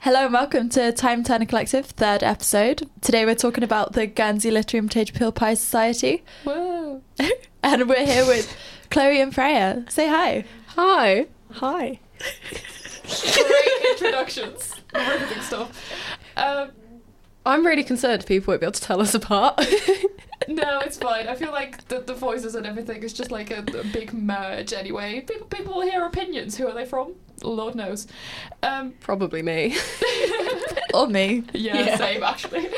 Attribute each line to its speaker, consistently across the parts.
Speaker 1: Hello and welcome to Time Turner Collective, third episode. Today we're talking about the Guernsey Literary and Potato Peel Pie Society.
Speaker 2: Whoa.
Speaker 1: And we're here with Chloe and Freya. Say hi.
Speaker 2: Hi.
Speaker 3: Hi.
Speaker 2: Great introductions. Riveting stuff. Um, I'm really concerned people won't be able to tell us apart. no, it's fine. I feel like the, the voices and everything is just like a, a big merge anyway. People, people will hear opinions. Who are they from? Lord knows. Um, Probably me.
Speaker 1: Or me.
Speaker 2: yeah,
Speaker 3: Yeah.
Speaker 2: same actually.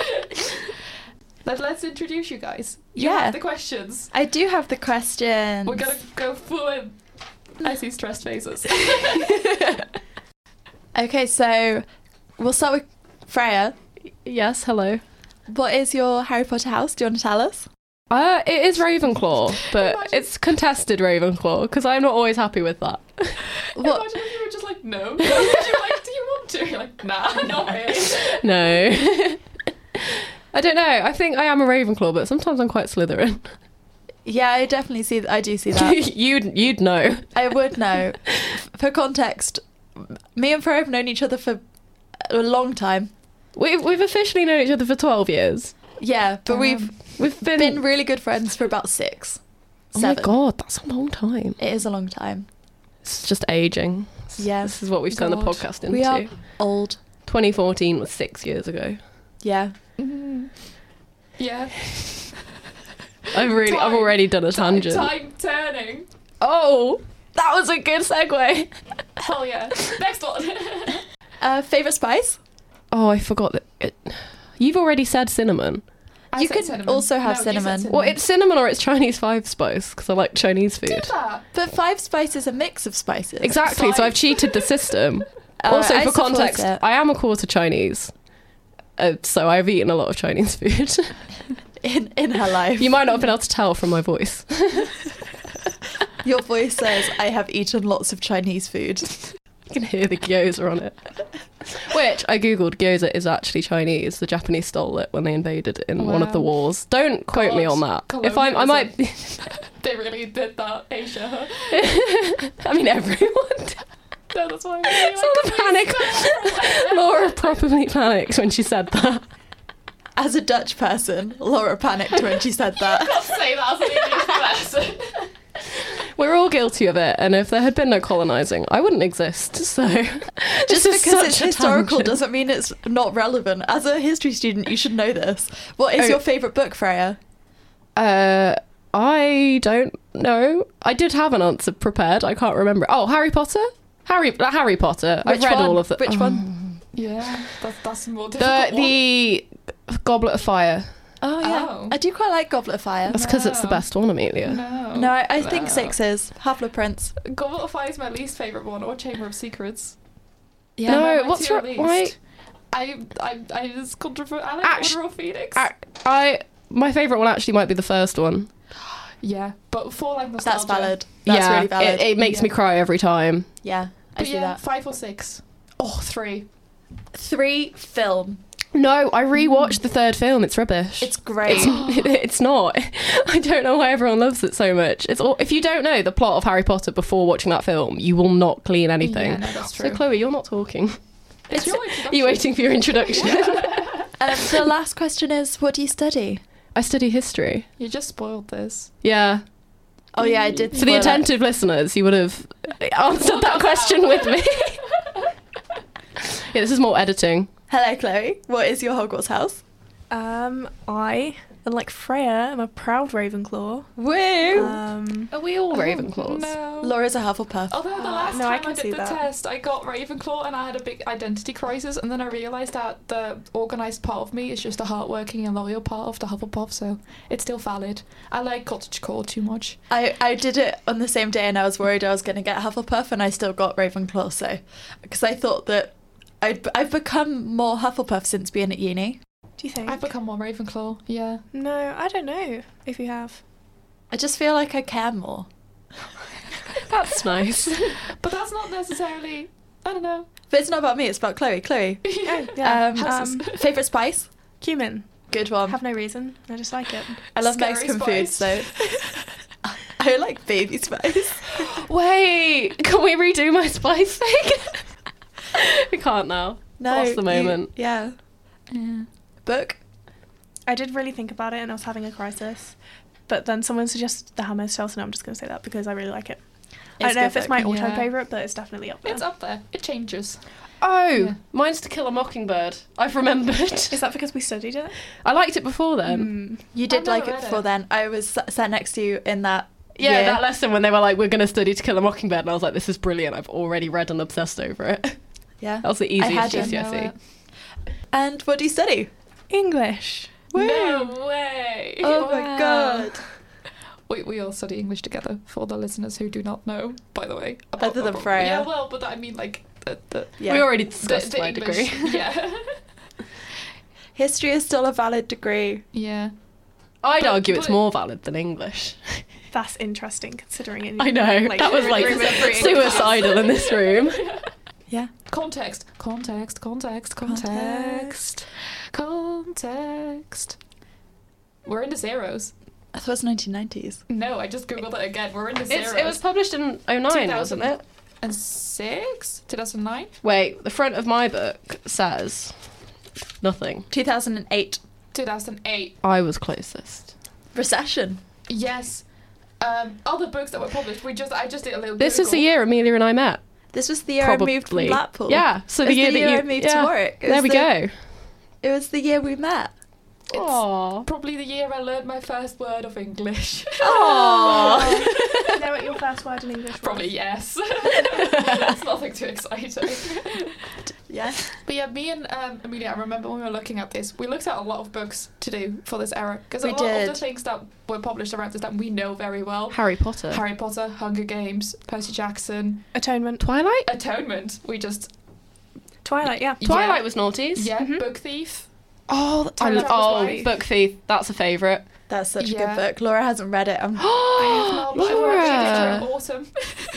Speaker 2: but let's introduce you guys. You
Speaker 1: Yeah.
Speaker 2: have the questions.
Speaker 1: I do have the question.
Speaker 2: We're gonna go full in. I see stressed faces.
Speaker 1: Okay, so we'll start with Freya.
Speaker 3: Yes, hello.
Speaker 1: What is your Harry Potter house? Do you want to tell us?
Speaker 3: Uh, it is Ravenclaw, but
Speaker 2: Imagine-
Speaker 3: it's contested Ravenclaw because I'm not always happy with that.
Speaker 1: What-
Speaker 2: Imagine if you were just like, no. Would you like, do you want to? You're like, nah, not really.
Speaker 3: No. I don't know. I think I am a Ravenclaw, but sometimes I'm quite Slytherin.
Speaker 1: Yeah, I definitely see. I do see that.
Speaker 3: you'd you'd know.
Speaker 1: I would know. For context, me and Freya have known each other for a long time.
Speaker 3: We've we've officially known each other for twelve years.
Speaker 1: Yeah, but
Speaker 2: Damn.
Speaker 1: we've
Speaker 3: We've been.
Speaker 1: been really good friends for about six,
Speaker 3: oh
Speaker 1: seven.
Speaker 3: my god, that's a long time.
Speaker 1: It is a long time.
Speaker 3: It's just aging. It's-
Speaker 1: Yeah.
Speaker 3: This is what we've turned the
Speaker 2: God.
Speaker 3: podcast into.
Speaker 1: We are old.
Speaker 3: 2014 was six years ago.
Speaker 1: Yeah. Mm-hmm.
Speaker 2: Yeah.
Speaker 3: I've really, I've
Speaker 2: Time.
Speaker 3: already done a tangent.
Speaker 2: Time turning.
Speaker 3: Oh, that was a good segue.
Speaker 2: Hell yeah. Next one.
Speaker 1: Uh, favorite spice?
Speaker 3: Oh, I forgot that. It, you've already said cinnamon.
Speaker 1: You could also have cinnamon.
Speaker 3: Well, it's cinnamon or it's Chinese five spice because I like Chinese
Speaker 2: Do
Speaker 3: food.
Speaker 2: that.
Speaker 1: But five spice is a mix of spices.
Speaker 3: Exactly. So I've cheated the system.
Speaker 1: All
Speaker 3: also,
Speaker 1: right, I
Speaker 3: for
Speaker 1: support
Speaker 3: context,
Speaker 1: it.
Speaker 3: I am a quarter Chinese. Uh, so I've eaten a lot of Chinese food.
Speaker 1: in in her life,
Speaker 3: you might not have been able to tell from my voice.
Speaker 1: your voice says, "I have eaten lots of Chinese food."
Speaker 3: You can hear the gyoza on it. Which I googled. Gyoza is actually Chinese. The Japanese stole it when they invaded in one of the
Speaker 2: Wow.
Speaker 3: wars. Don't quote me
Speaker 2: God,
Speaker 3: on that. If I'm, I might.
Speaker 2: They really did that, Asia. huh?
Speaker 3: I mean, everyone.
Speaker 2: No, that's why.
Speaker 3: It's all the panic. Laura probably panicked when she said that.
Speaker 1: As a Dutch person, Laura panicked when she said that.
Speaker 2: I'll say that as an English person.
Speaker 3: We're all guilty of it, and if there had been no colonising, I wouldn't exist. So,
Speaker 1: Just because it's historical
Speaker 3: doesn't.
Speaker 1: doesn't mean it's not relevant. As a history student, you should know this. What is
Speaker 3: Oh.
Speaker 1: your favorite book, Freya?
Speaker 3: Uh, I don't know. I did have an answer prepared. I can't remember. Oh, Harry Potter. Harry uh, Harry Potter. I've
Speaker 1: Which
Speaker 3: read
Speaker 1: one?
Speaker 3: all of the
Speaker 1: Which one?
Speaker 2: Yeah, that's, that's more
Speaker 3: the
Speaker 2: difficult.
Speaker 3: the Goblet of Fire.
Speaker 1: Oh yeah,
Speaker 2: Oh.
Speaker 1: I do quite like Goblet of Fire.
Speaker 3: That's because it's the
Speaker 2: No.
Speaker 3: best one, Amelia.
Speaker 2: No.
Speaker 1: No, I, I think
Speaker 2: No.
Speaker 1: six is Half Blood Prince.
Speaker 2: Goblet of Fire is my least favorite one, or Chamber of Secrets.
Speaker 1: Yeah.
Speaker 3: No,
Speaker 2: Am I
Speaker 3: what's
Speaker 2: to your
Speaker 3: wrong-
Speaker 2: least?
Speaker 3: why-
Speaker 2: I I I just controversial. I like
Speaker 3: Actu-
Speaker 2: Order of Phoenix.
Speaker 3: I, I my favorite one actually might be the first one.
Speaker 2: yeah, but for like nostalgia.
Speaker 1: That's valid. That's
Speaker 3: yeah,
Speaker 1: really valid.
Speaker 3: It, it makes me
Speaker 2: Yeah.
Speaker 3: cry every time.
Speaker 1: yeah, I
Speaker 2: But
Speaker 1: see
Speaker 2: yeah,
Speaker 1: that.
Speaker 2: five or six. Oh, three.
Speaker 1: Three film.
Speaker 3: No, I rewatched the third film. It's rubbish.
Speaker 1: It's great.
Speaker 3: It's, it's not. I don't know why everyone loves it so much. It's all, if you don't know the plot of Harry Potter before watching that film, you will not clean anything.
Speaker 2: Yeah, no, that's
Speaker 3: so
Speaker 2: true.
Speaker 3: Chloe, you're not talking.
Speaker 2: it's your
Speaker 3: Are you
Speaker 2: introduction.
Speaker 3: waiting for your introduction?
Speaker 1: um, the last question is, what do you study?
Speaker 3: I study history.
Speaker 2: You just spoiled this.
Speaker 3: Yeah.
Speaker 1: Oh yeah, I did.
Speaker 3: For the
Speaker 1: spoil it.
Speaker 3: attentive listeners, you would have answered that question with me. yeah, this is more editing.
Speaker 1: Hello, Chloe. What is your Hogwarts house?
Speaker 4: Um, I, unlike Freya, am a proud Ravenclaw.
Speaker 1: Woo!
Speaker 4: Um,
Speaker 3: Are we all
Speaker 2: Oh,
Speaker 3: Ravenclaws?
Speaker 2: no.
Speaker 1: Uh, Laura's a Hufflepuff.
Speaker 2: Although the
Speaker 4: Ah,
Speaker 2: last
Speaker 4: no,
Speaker 2: time I,
Speaker 4: I can see
Speaker 2: did the
Speaker 4: that.
Speaker 2: test, I got Ravenclaw and I had a big identity crisis, and then I realised that the organised part of me is just the hardworking and loyal part of the Hufflepuff, so it's still valid. I like Cottagecore too much.
Speaker 1: I, I did it on the same day, and I was worried I was going to get Hufflepuff, and I still got Ravenclaw. So, because I thought that I'd, I've become more Hufflepuff since being at uni.
Speaker 4: do you think?
Speaker 2: I've become more Ravenclaw, yeah.
Speaker 4: no, I don't know if you have.
Speaker 1: I just feel like I care more.
Speaker 3: That's nice.
Speaker 2: But that's not necessarily. I don't know.
Speaker 1: But it's not about me; it's about Chloe. Chloe,
Speaker 4: Oh, yeah.
Speaker 1: Um,
Speaker 4: Um,
Speaker 2: houses.
Speaker 1: favorite spice?
Speaker 4: cumin.
Speaker 1: Good one.
Speaker 4: Have no reason. I just like it.
Speaker 1: I love
Speaker 2: Scary
Speaker 1: Mexican
Speaker 2: spice.
Speaker 1: food, so I like baby spice.
Speaker 3: Wait, can we redo my spice thing? we can't now.
Speaker 1: No.
Speaker 3: That's
Speaker 1: you-
Speaker 3: the moment.
Speaker 1: yeah. Book?
Speaker 4: I did really think about it and I was having a crisis. But then someone suggested The Hammer's Tale, so now I'm just going to say that because I really like it. I
Speaker 1: It's
Speaker 4: don't know
Speaker 1: good
Speaker 4: if it's
Speaker 1: book.
Speaker 4: my all time
Speaker 2: Yeah.
Speaker 4: favourite, but it's definitely up there.
Speaker 2: It's up there. It changes.
Speaker 3: Oh,
Speaker 2: Yeah.
Speaker 3: mine's To Kill a Mockingbird. I've remembered.
Speaker 4: Is that because we studied it? Hmm.
Speaker 3: I liked it before
Speaker 2: Mm.
Speaker 3: then.
Speaker 1: You
Speaker 2: I've
Speaker 1: did
Speaker 2: never
Speaker 1: like it
Speaker 2: read
Speaker 1: before
Speaker 2: it.
Speaker 1: then. I was s- sat next to you in that.
Speaker 3: Yeah,
Speaker 1: year.
Speaker 3: that lesson when they were like, "We're going to study To Kill a Mockingbird," and I was like, "This is brilliant. I've already read and obsessed over it." That
Speaker 1: yeah.
Speaker 3: was the
Speaker 1: I had
Speaker 3: easiest
Speaker 1: it.
Speaker 3: GCSE.
Speaker 1: And what do you study?
Speaker 4: English.
Speaker 3: Woo.
Speaker 2: No way.
Speaker 1: Oh
Speaker 4: Wow.
Speaker 1: my god.
Speaker 2: We, we all study English together for the listeners who do not know, by the way.
Speaker 1: Other than
Speaker 2: about-
Speaker 1: Freya.
Speaker 2: Yeah, well, but that, I mean, like, the, the,
Speaker 1: Yeah.
Speaker 3: We already
Speaker 2: the,
Speaker 3: discussed
Speaker 2: the
Speaker 3: my
Speaker 2: English.
Speaker 3: degree.
Speaker 2: Yeah.
Speaker 1: History is still a valid degree.
Speaker 2: yeah.
Speaker 3: I'd
Speaker 2: But-
Speaker 3: argue it's
Speaker 2: but-
Speaker 3: more valid than English.
Speaker 4: That's interesting considering
Speaker 1: Mm.
Speaker 4: it.
Speaker 3: I know that was like
Speaker 4: really, really
Speaker 2: appropriate.
Speaker 3: suicidal in this room.
Speaker 1: Yeah.
Speaker 2: Context. Context. Context. Context.
Speaker 1: Context.
Speaker 2: Context. We're in the zeros.
Speaker 1: I thought it was 1990s.
Speaker 2: No, I just googled it again. We're in the zeros.
Speaker 3: It's, it was published in 09,
Speaker 2: 2000.
Speaker 3: wasn't it?
Speaker 2: and six, 2009.
Speaker 3: Wait, the front of my book says nothing.
Speaker 1: 2008.
Speaker 2: 2008.
Speaker 3: I was closest.
Speaker 1: Recession.
Speaker 2: Yes. Um, other books that were published. We just I just did a little.
Speaker 3: This is the
Speaker 2: Google.
Speaker 3: year Amelia and I met.
Speaker 1: This was the year
Speaker 3: probably.
Speaker 1: I moved from Blackpool.
Speaker 3: Yeah, so the
Speaker 1: It's
Speaker 3: year,
Speaker 1: the
Speaker 3: that
Speaker 1: year
Speaker 3: you
Speaker 1: I moved to
Speaker 3: yeah.
Speaker 1: Warwick. It
Speaker 3: There
Speaker 1: was
Speaker 3: we
Speaker 1: the-
Speaker 3: go.
Speaker 1: It was the year we met.
Speaker 2: It's
Speaker 3: Aww.
Speaker 2: probably the year I learned my first word of English.
Speaker 3: Aww.
Speaker 4: you know what your first word in English was?
Speaker 2: probably yes. it's nothing too exciting.
Speaker 1: Yeah.
Speaker 2: But yeah, me and um, Amelia, I remember when we were looking at this, we looked at a lot of books to do for this era because a
Speaker 1: We
Speaker 2: lot of
Speaker 1: did.
Speaker 2: the things that were published around this that we know very well.
Speaker 3: Harry Potter.
Speaker 2: Harry Potter, Hunger Games, Percy Jackson,
Speaker 4: Atonement.
Speaker 3: Twilight?
Speaker 2: Atonement. We just
Speaker 4: Twilight, yeah.
Speaker 3: Twilight
Speaker 2: yeah,
Speaker 3: was naughties.
Speaker 2: yeah,
Speaker 4: Mhm.
Speaker 2: Book Thief.
Speaker 3: Oh, I
Speaker 4: Twilight
Speaker 3: love
Speaker 4: was
Speaker 3: oh,
Speaker 4: naughties.
Speaker 3: Book Thief. That's a favourite.
Speaker 1: That's such
Speaker 2: Yeah.
Speaker 1: a good book. Laura hasn't read it. I'm,
Speaker 2: I have not, but I want to read it
Speaker 3: Laura.
Speaker 2: during autumn.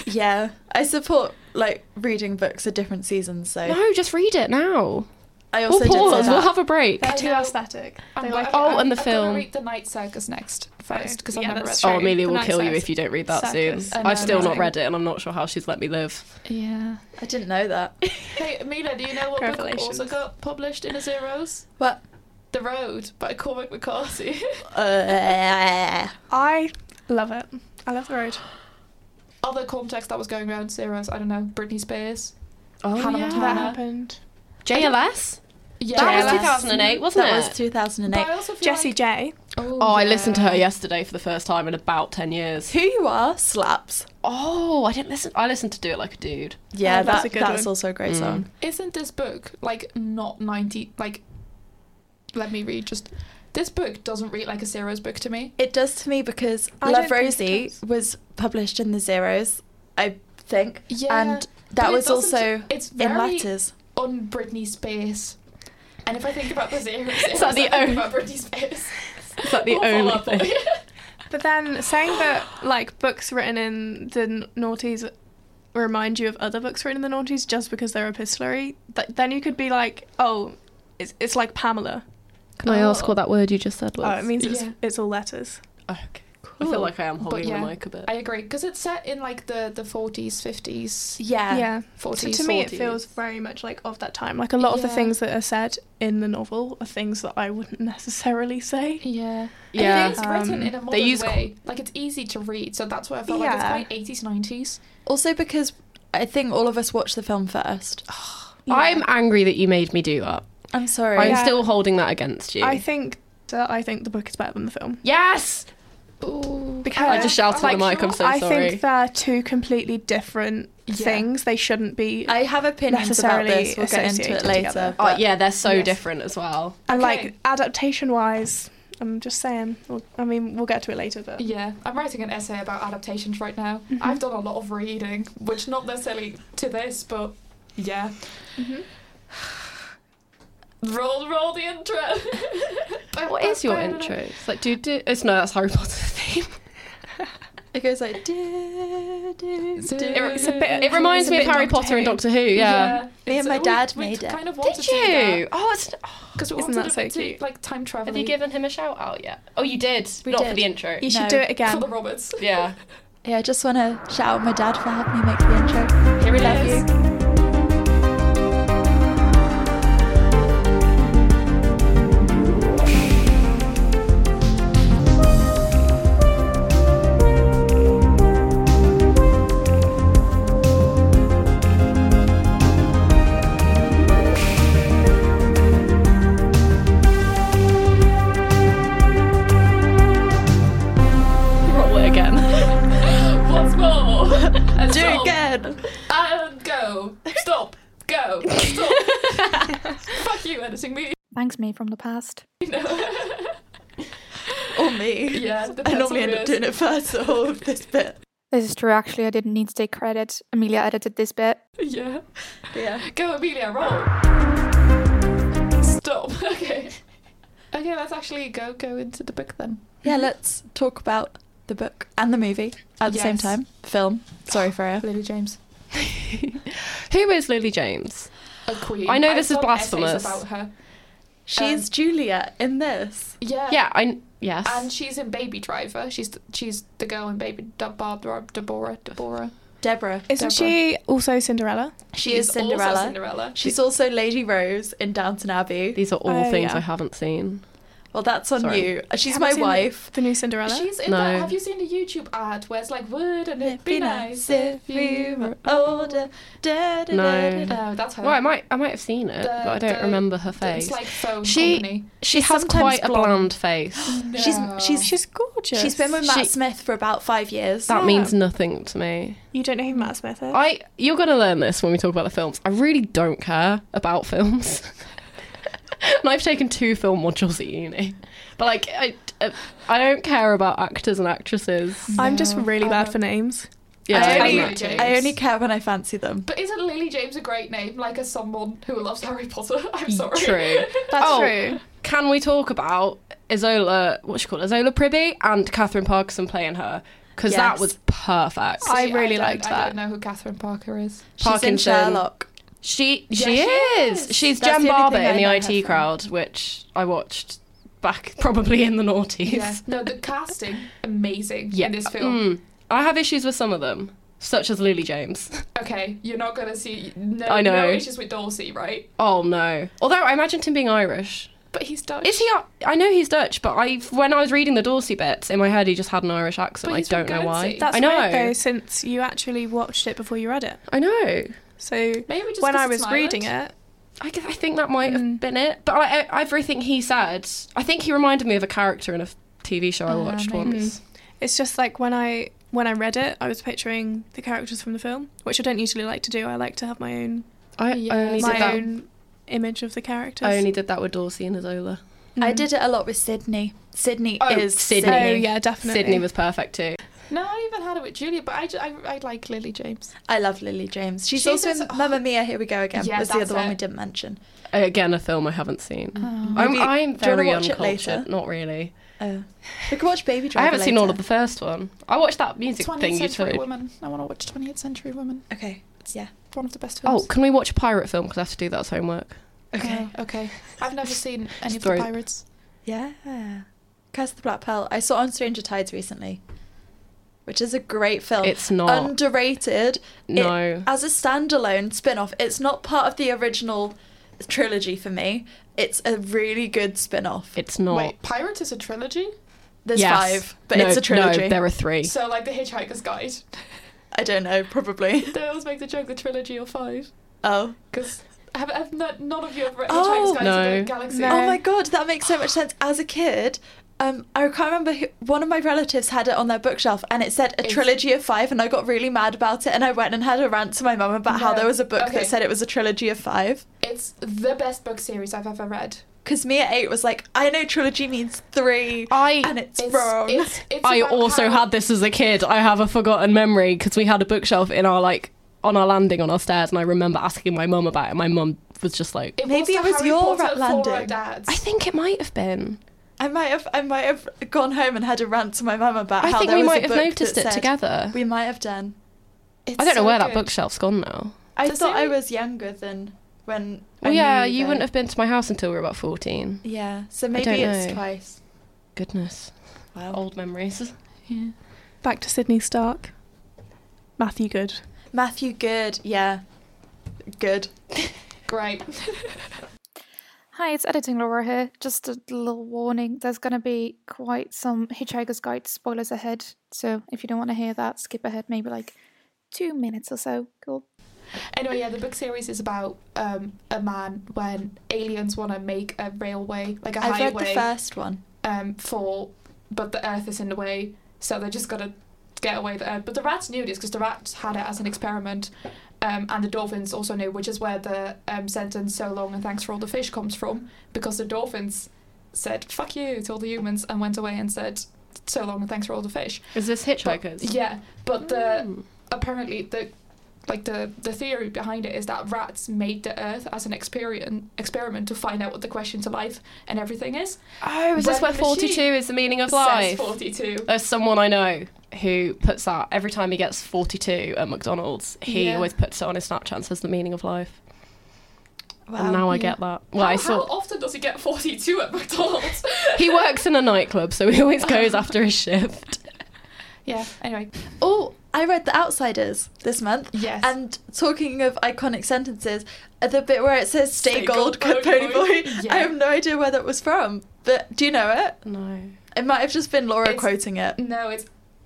Speaker 1: yeah. I support like reading books at different seasons. So
Speaker 3: No, just read it now.
Speaker 1: I
Speaker 3: We'll
Speaker 1: also did say
Speaker 3: pause.
Speaker 1: that.
Speaker 3: We'll have a break.
Speaker 4: They're too
Speaker 2: know.
Speaker 4: aesthetic.
Speaker 2: I'm
Speaker 4: They
Speaker 2: like,
Speaker 4: like
Speaker 3: Oh, and the
Speaker 2: I'm
Speaker 3: film.
Speaker 2: Gonna read the Night Circus next first because
Speaker 4: Yeah,
Speaker 2: I've never read.
Speaker 4: that's
Speaker 2: that.
Speaker 3: Oh,
Speaker 4: Sorry,
Speaker 3: Amelia
Speaker 4: the
Speaker 3: will
Speaker 4: night
Speaker 3: kill you
Speaker 4: circus.
Speaker 3: if you don't read that soon.
Speaker 4: Circus.
Speaker 2: I know,
Speaker 3: I've still not
Speaker 2: amazing.
Speaker 3: read it, and I'm not sure how she's let me live.
Speaker 2: Yeah.
Speaker 1: I didn't know that.
Speaker 2: Hey, Amelia, do you know what book also
Speaker 4: Revelations.
Speaker 2: got published in the zeros?
Speaker 1: What?
Speaker 2: The Road by Cormac McCarthy.
Speaker 1: Uh,
Speaker 4: I love it. I love the road.
Speaker 2: Other context that was going around zeros, I don't know. Britney Spears.
Speaker 3: Oh,
Speaker 2: Hannah
Speaker 3: yeah.
Speaker 4: That
Speaker 2: Montana.
Speaker 4: happened.
Speaker 3: JLS?
Speaker 2: Yeah.
Speaker 3: That was
Speaker 1: JLS.
Speaker 3: 2008, wasn't
Speaker 1: that
Speaker 3: it?
Speaker 1: was 2008.
Speaker 2: But I also feel
Speaker 4: Jessie
Speaker 2: like-
Speaker 4: J.
Speaker 2: oh,
Speaker 3: Oh, I
Speaker 2: yeah.
Speaker 3: listened to her yesterday for the first time in about 10 years.
Speaker 1: Who you are slaps.
Speaker 3: Oh, I didn't listen. I listened to Do It Like a Dude.
Speaker 1: Yeah,
Speaker 4: Oh, that's
Speaker 1: that's,
Speaker 4: a
Speaker 1: that,
Speaker 4: good
Speaker 1: that's
Speaker 4: one.
Speaker 1: also a great
Speaker 3: Mm.
Speaker 1: song.
Speaker 2: Isn't this book like not ninety? Like, let me read. Just this book doesn't read like a zeros book to me.
Speaker 1: It does to me because
Speaker 4: I
Speaker 1: Love
Speaker 4: don't think it
Speaker 1: Rosie
Speaker 4: does.
Speaker 1: was published in the zeros, I think.
Speaker 2: Yeah,
Speaker 1: and
Speaker 2: but
Speaker 1: that
Speaker 2: it
Speaker 1: was
Speaker 2: doesn't-
Speaker 1: also
Speaker 2: it's
Speaker 1: in
Speaker 2: very-
Speaker 1: letters.
Speaker 2: on Britney Spears. And if I think about the zeros,
Speaker 3: Is that
Speaker 2: I
Speaker 3: the
Speaker 2: think
Speaker 3: only-
Speaker 2: about Britney Spears.
Speaker 3: It's like the
Speaker 2: Or Fall
Speaker 3: only
Speaker 2: Out Boy.
Speaker 3: thing.
Speaker 4: But then saying that like books written in the n- noughties remind you of other books written in the noughties just because they're epistolary, th- then you could be like, oh, it's, it's like Pamela.
Speaker 3: Can
Speaker 2: I ask what
Speaker 3: that word you just said
Speaker 4: Oh, it means it's,
Speaker 2: Yeah.
Speaker 4: it's all letters.
Speaker 3: okay, cool. I feel like I am
Speaker 2: But
Speaker 3: holding
Speaker 2: yeah,
Speaker 3: the mic a bit.
Speaker 2: I agree because it's set in like the the forties, fifties,
Speaker 1: Yeah.
Speaker 4: yeah. So
Speaker 2: forties.
Speaker 4: to me, it feels very much like of that time. Like a lot of the
Speaker 2: Yeah.
Speaker 4: things that are said in the novel are things that I wouldn't necessarily say.
Speaker 2: Yeah,
Speaker 3: Yeah.
Speaker 2: And it's written
Speaker 4: Um,
Speaker 2: in a modern
Speaker 3: use co-
Speaker 2: way. like it's easy to read, so that's why I felt like it's
Speaker 4: Yeah.
Speaker 2: quite eighties, nineties.
Speaker 1: Also because I think all of us watched the film first.
Speaker 3: I'm angry that you made me do that.
Speaker 1: I'm sorry.
Speaker 3: I'm
Speaker 4: Yeah.
Speaker 3: still holding that against you.
Speaker 4: I think that I think the book is better than the film.
Speaker 3: yes!
Speaker 4: Because
Speaker 3: I just shouted
Speaker 4: like,
Speaker 3: at the mic, I'm so
Speaker 4: I
Speaker 3: sorry.
Speaker 4: think they're two completely different
Speaker 2: Yeah.
Speaker 4: things. They shouldn't be.
Speaker 1: I have opinions about
Speaker 4: necessarily
Speaker 1: this. We'll get into it
Speaker 4: associated
Speaker 1: later.
Speaker 4: together.
Speaker 3: Oh,
Speaker 1: but-
Speaker 3: yeah, they're so
Speaker 4: Yes.
Speaker 3: different as well.
Speaker 4: and
Speaker 2: okay.
Speaker 4: like adaptation wise, I'm just saying. We'll, I mean, we'll get to it later, but
Speaker 2: Yeah, I'm writing an essay about adaptations right now.
Speaker 3: Mm-hmm.
Speaker 4: Mhm.
Speaker 2: I've done a lot of reading, which not necessarily to this, but yeah.
Speaker 4: Mm-hmm.
Speaker 2: Roll, roll the intro.
Speaker 3: What is your intro? It's like, do, do. It's no, that's Harry Potter's theme.
Speaker 1: It goes like. "Do, do,
Speaker 2: So-
Speaker 1: do."
Speaker 2: It-
Speaker 4: it's a bit.
Speaker 3: It reminds
Speaker 4: it's a
Speaker 3: me of
Speaker 4: bit
Speaker 3: Harry
Speaker 4: Doctor
Speaker 3: Potter and
Speaker 4: Who.
Speaker 3: Doctor Who, yeah.
Speaker 1: Me and my
Speaker 2: we-
Speaker 1: dad
Speaker 2: we
Speaker 1: made it.
Speaker 2: Kind of wanted
Speaker 3: Did
Speaker 2: to do
Speaker 3: you? Oh, it's.
Speaker 2: Because we
Speaker 4: Isn't
Speaker 2: wanted
Speaker 4: that
Speaker 2: to,
Speaker 4: so
Speaker 2: to,
Speaker 4: cute?
Speaker 2: like time travel.
Speaker 3: Have you given him a shout out yet? Oh, you did.
Speaker 1: We
Speaker 3: Not for
Speaker 1: did.
Speaker 3: the intro.
Speaker 4: You should
Speaker 1: No.
Speaker 4: do it
Speaker 2: for
Speaker 4: again.
Speaker 2: the Roberts?
Speaker 3: Yeah.
Speaker 1: Yeah, I just want to shout out my dad for helping me make the intro.
Speaker 2: Here
Speaker 1: We love you.
Speaker 2: Fuck you, editing me.
Speaker 5: Thanks, me from the past.
Speaker 2: You know.
Speaker 1: Or me.
Speaker 2: yeah,
Speaker 1: Oh I
Speaker 2: depends
Speaker 1: normally
Speaker 2: on
Speaker 1: end
Speaker 2: who
Speaker 1: up
Speaker 2: is.
Speaker 1: doing it first, so all of this bit.
Speaker 5: This is true, actually. I didn't need to take credit. Amelia edited this bit.
Speaker 2: Yeah.
Speaker 1: Yeah.
Speaker 2: Go, Amelia, roll. Stop. Okay. Okay, let's actually go go into the book then.
Speaker 1: Yeah, let's talk about the book and the movie at the same
Speaker 2: Yes.
Speaker 1: time. Film. Sorry, Freya.
Speaker 2: Lily James.
Speaker 3: Who is Lily James?
Speaker 2: A queen.
Speaker 3: I know
Speaker 2: I've
Speaker 3: this is
Speaker 2: done essays
Speaker 3: blasphemous.
Speaker 2: About her.
Speaker 1: She's
Speaker 2: Um,
Speaker 1: Julia in this.
Speaker 2: Yeah.
Speaker 3: Yeah, I yes.
Speaker 2: Uh, And she's in Baby Driver. She's th- she's the girl in Baby D- Barbara Deborah Deborah.
Speaker 1: Deborah.
Speaker 4: Isn't
Speaker 2: Deborah.
Speaker 4: she also Cinderella?
Speaker 1: She is Cinderella.
Speaker 2: Also Cinderella.
Speaker 1: She's also Lady Rose in Downton Abbey.
Speaker 3: These are all
Speaker 4: Oh,
Speaker 3: things
Speaker 4: yeah.
Speaker 3: I haven't seen.
Speaker 1: Well, that's on
Speaker 3: Sorry.
Speaker 1: you. Uh, She's
Speaker 4: Haven't
Speaker 1: my
Speaker 4: seen the-
Speaker 1: wife.
Speaker 4: The new Cinderella?
Speaker 2: She's in
Speaker 3: No.
Speaker 2: that. Have you seen the YouTube ad where it's like, wouldn't it be nice if you were
Speaker 1: older. Da, da, da, da,
Speaker 3: No.
Speaker 1: da.
Speaker 2: No, that's her.
Speaker 3: Well, I might I might have seen it,
Speaker 2: Uh, The-
Speaker 3: but I don't
Speaker 2: the-
Speaker 3: remember her
Speaker 2: The- It's
Speaker 3: face.
Speaker 2: like phone
Speaker 3: She-
Speaker 2: company.
Speaker 3: she has
Speaker 1: sometimes
Speaker 3: quite a
Speaker 1: blonde.
Speaker 3: bland face.
Speaker 1: She's- she's-
Speaker 4: She's gorgeous.
Speaker 1: She's been with Matt
Speaker 3: She-
Speaker 1: Smith for about five years.
Speaker 3: that
Speaker 4: Yeah.
Speaker 3: means nothing to me.
Speaker 4: You don't know who Matt Smith is?
Speaker 3: I you're gonna learn this when we talk about the films. I really don't care about films. and I've taken two film modules at uni, but like I, uh, I don't care about actors and actresses.
Speaker 4: I'm just
Speaker 2: No,
Speaker 4: really
Speaker 2: I
Speaker 4: bad
Speaker 2: don't-
Speaker 4: for names.
Speaker 3: Yeah,
Speaker 1: I
Speaker 3: I'm
Speaker 1: only-
Speaker 3: not-
Speaker 2: James.
Speaker 1: I only care when I fancy them.
Speaker 2: But isn't Lily James a great name? Like as someone who loves Harry Potter. I'm sorry.
Speaker 3: true.
Speaker 4: That's
Speaker 3: Oh.
Speaker 4: true.
Speaker 3: Can we talk about Isola? What's she called? Isola Pribby and Catherine Parkinson playing her because
Speaker 1: Yes.
Speaker 3: that was perfect.
Speaker 4: I really
Speaker 2: don't-
Speaker 4: liked
Speaker 2: I
Speaker 4: that.
Speaker 2: don't know who Catherine Parker is.
Speaker 1: She's in
Speaker 3: Parkinson.
Speaker 1: Sherlock.
Speaker 3: She
Speaker 2: Yeah,
Speaker 3: she
Speaker 2: she
Speaker 3: is.
Speaker 2: is.
Speaker 3: She's
Speaker 1: That's
Speaker 3: Jen
Speaker 1: the only
Speaker 3: Barber
Speaker 1: thing I
Speaker 3: in the
Speaker 1: know her
Speaker 3: IT
Speaker 1: from.
Speaker 3: crowd, which I watched back probably in the noughties.
Speaker 2: Yeah. No, the casting amazing
Speaker 3: Yeah.
Speaker 2: in this film.
Speaker 3: Mm. I have issues with some of them, such as Lily James.
Speaker 2: Okay, you're not gonna see no,
Speaker 3: Mm. I know.
Speaker 2: no issues with Dorsey, right?
Speaker 3: Oh no. Although I imagined him being Irish.
Speaker 2: But he's Dutch.
Speaker 3: Is he? I know he's Dutch, but I when I was reading the Dorsey bits in my head, he just had an Irish accent.
Speaker 2: But
Speaker 3: I
Speaker 2: he's from
Speaker 3: don't know why.
Speaker 2: Guernsey.
Speaker 4: That's
Speaker 3: I know.
Speaker 4: weird though, since you actually watched it before you read it.
Speaker 3: I know.
Speaker 4: So
Speaker 2: Maybe just
Speaker 4: when
Speaker 2: 'cause
Speaker 4: I
Speaker 2: it's
Speaker 4: was
Speaker 2: an
Speaker 4: reading
Speaker 2: island.
Speaker 4: it,
Speaker 3: I, guess- I think that might
Speaker 4: Mm.
Speaker 3: have been it. But I, I- everything he said, I think he reminded me of a character in a f- TV show I
Speaker 2: Uh,
Speaker 3: watched
Speaker 2: maybe.
Speaker 3: once.
Speaker 4: it's just like when I when I read it, I was picturing the characters from the film, which I don't usually like to do. I like to have my own
Speaker 3: I,
Speaker 2: Yeah.
Speaker 3: I only did
Speaker 4: my
Speaker 3: that.
Speaker 4: own image of the characters. Mm.
Speaker 3: I only did that with Dorsey and Isola.
Speaker 1: I did it a lot with Sydney. Sydney
Speaker 3: Mm. Oh,
Speaker 1: is
Speaker 3: Sydney.
Speaker 1: Sydney.
Speaker 4: Oh yeah, definitely.
Speaker 3: Sydney was perfect too.
Speaker 2: No, I even had it with Julia, but I, ju- I, I like Lily James.
Speaker 1: I love Lily James. She's,
Speaker 2: She's
Speaker 1: also in
Speaker 2: also- oh.
Speaker 1: Mamma Mia. Here we go again.
Speaker 2: Yeah,
Speaker 1: was the
Speaker 2: that's
Speaker 1: other one
Speaker 2: it.
Speaker 1: we didn't mention.
Speaker 3: Again, a film I haven't seen. I'm,
Speaker 2: Mm.
Speaker 1: Maybe-
Speaker 3: I'm
Speaker 1: do you wanna
Speaker 3: very
Speaker 1: watch it later?
Speaker 3: uncultured. Not really.
Speaker 1: Oh, we can watch Baby Driver.
Speaker 3: I haven't seen all
Speaker 1: later.
Speaker 3: of the first one. I watched that music
Speaker 2: 20th
Speaker 3: thing you
Speaker 2: Century
Speaker 3: showed.
Speaker 2: Women. I want to watch 20th Century Women.
Speaker 1: Okay. Yeah.
Speaker 2: One of the best films.
Speaker 3: Oh, can we watch a pirate film? Because I have to do that as homework.
Speaker 1: Okay.
Speaker 2: Oh, okay. I've never seen any of
Speaker 3: Throw
Speaker 2: the
Speaker 3: it.
Speaker 2: pirates.
Speaker 1: Yeah. Curse of the Black Pearl. I saw on Stranger Tides recently, which is a great film.
Speaker 3: It's not.
Speaker 1: underrated. Oh. Um, It-
Speaker 3: No.
Speaker 1: as a standalone spin-off, it's not part of the original trilogy for me. It's a really good spin-off.
Speaker 3: It's not.
Speaker 2: Wait, Pirates is a trilogy?
Speaker 1: There's
Speaker 3: Yes.
Speaker 1: five, but
Speaker 3: No,
Speaker 1: it's a trilogy.
Speaker 3: No, there are three.
Speaker 2: So, like, The Hitchhiker's Guide.
Speaker 1: I don't know, probably.
Speaker 2: They always make the joke the trilogy or five.
Speaker 1: Oh.
Speaker 2: Because have, have no- none of you have read
Speaker 1: Oh,
Speaker 2: Hitchhiker's Guide to
Speaker 3: no.
Speaker 2: the Galaxy?
Speaker 4: No.
Speaker 1: Oh my god, that makes so much sense. As a kid, um, I can't remember who, one of my relatives had it on their bookshelf, and it said a
Speaker 2: It's-
Speaker 1: trilogy of five, and I got really mad about it, and I went and had a rant to my mum about how
Speaker 2: No.
Speaker 1: there was a book
Speaker 2: Okay.
Speaker 1: that said it was a trilogy of five.
Speaker 2: It's the best book series I've ever read.
Speaker 1: Because me at eight was like, I know trilogy means three,
Speaker 3: I
Speaker 1: and it's,
Speaker 2: It's,
Speaker 1: wrong.
Speaker 2: It's, it's
Speaker 3: I
Speaker 2: about
Speaker 3: also
Speaker 2: how-
Speaker 3: had this as a kid. I have a forgotten memory because we had a bookshelf in our like on our landing on our stairs, and I remember asking my mum about it. My mum was just like,
Speaker 2: It
Speaker 1: Maybe
Speaker 2: was
Speaker 1: it
Speaker 2: the
Speaker 1: was
Speaker 2: Harry
Speaker 1: your
Speaker 2: Potter
Speaker 1: rat
Speaker 2: for our
Speaker 1: landing.
Speaker 2: dads.
Speaker 3: "I think it might have been."
Speaker 1: I might have, I might have gone home and had a rant to my mum about
Speaker 3: I
Speaker 1: how
Speaker 3: think
Speaker 1: there
Speaker 3: we
Speaker 1: was a
Speaker 3: might have
Speaker 1: book that
Speaker 3: noticed it
Speaker 1: said-
Speaker 3: together.
Speaker 1: We might have done.
Speaker 2: It's
Speaker 3: I don't know
Speaker 2: so
Speaker 3: where that
Speaker 2: good.
Speaker 3: bookshelf's gone now.
Speaker 1: I
Speaker 2: Does
Speaker 1: thought I
Speaker 2: it-
Speaker 1: was younger than when. I
Speaker 3: Well, yeah,
Speaker 1: knew
Speaker 3: you
Speaker 1: that-
Speaker 3: wouldn't have been to my house until we were about 14.
Speaker 1: Yeah, so
Speaker 3: don't
Speaker 1: maybe it's
Speaker 3: know.
Speaker 1: twice.
Speaker 3: Goodness.
Speaker 1: Wow.
Speaker 3: Old memories.
Speaker 2: Yeah.
Speaker 4: Back to Sydney Stark. Matthew Good.
Speaker 1: Matthew Good, yeah. Good.
Speaker 2: Great.
Speaker 5: Hi, it's editing Laura here. Just a little warning there's going to be quite some Hitchhiker's Guide spoilers ahead. So if you don't want to hear that, skip ahead maybe like two minutes or so. Cool.
Speaker 2: Anyway, yeah, the book series is about um, a man when aliens want to make a railway, like a
Speaker 1: I've read the
Speaker 2: highway,
Speaker 1: first one.
Speaker 2: um, for but the Earth is in the way, so they just gotta get away the Earth. But the rats knew this because the rats had it as an experiment, um, and the dolphins also knew, which is where the um, sentence "so long and thanks for all the fish" comes from, because the dolphins said "fuck you" to all the humans and went away and said "so long and thanks for all the fish."
Speaker 3: Is this
Speaker 2: But-
Speaker 3: Hitchhikers?
Speaker 2: yeah, but the
Speaker 1: Hmm.
Speaker 3: Mm.
Speaker 2: apparently the like the the theory behind it is that rats made the Earth as an experiment experiment to find out what the question to life and everything is.
Speaker 3: Oh, is this where
Speaker 2: When the
Speaker 3: 42
Speaker 2: sheep
Speaker 3: is the meaning of
Speaker 2: Says
Speaker 3: life?
Speaker 2: Forty-two.
Speaker 3: There's someone I know who puts that every time he gets 42 at McDonald's, he
Speaker 2: Yeah.
Speaker 3: always puts it on his Snapchat and says the meaning of life.
Speaker 1: Wow.
Speaker 3: and now I get that.
Speaker 2: how,
Speaker 3: Well, I
Speaker 2: how
Speaker 3: saw.
Speaker 2: often does he get forty-two at McDonald's?
Speaker 3: He works in a nightclub, so he always goes after his shift.
Speaker 2: yeah. Anyway.
Speaker 1: Oh, I read The Outsiders this month.
Speaker 2: Yes.
Speaker 1: And talking of iconic sentences, uh, the bit where it says "Stay,
Speaker 2: Stay
Speaker 1: gold, good
Speaker 2: gold,
Speaker 1: pony boy,"
Speaker 2: pony boy.
Speaker 1: I
Speaker 2: Yeah.
Speaker 1: have no idea where that was from. But do you know it?
Speaker 3: No.
Speaker 1: It might have just been Laura
Speaker 2: It's-
Speaker 1: quoting it.
Speaker 2: no, it's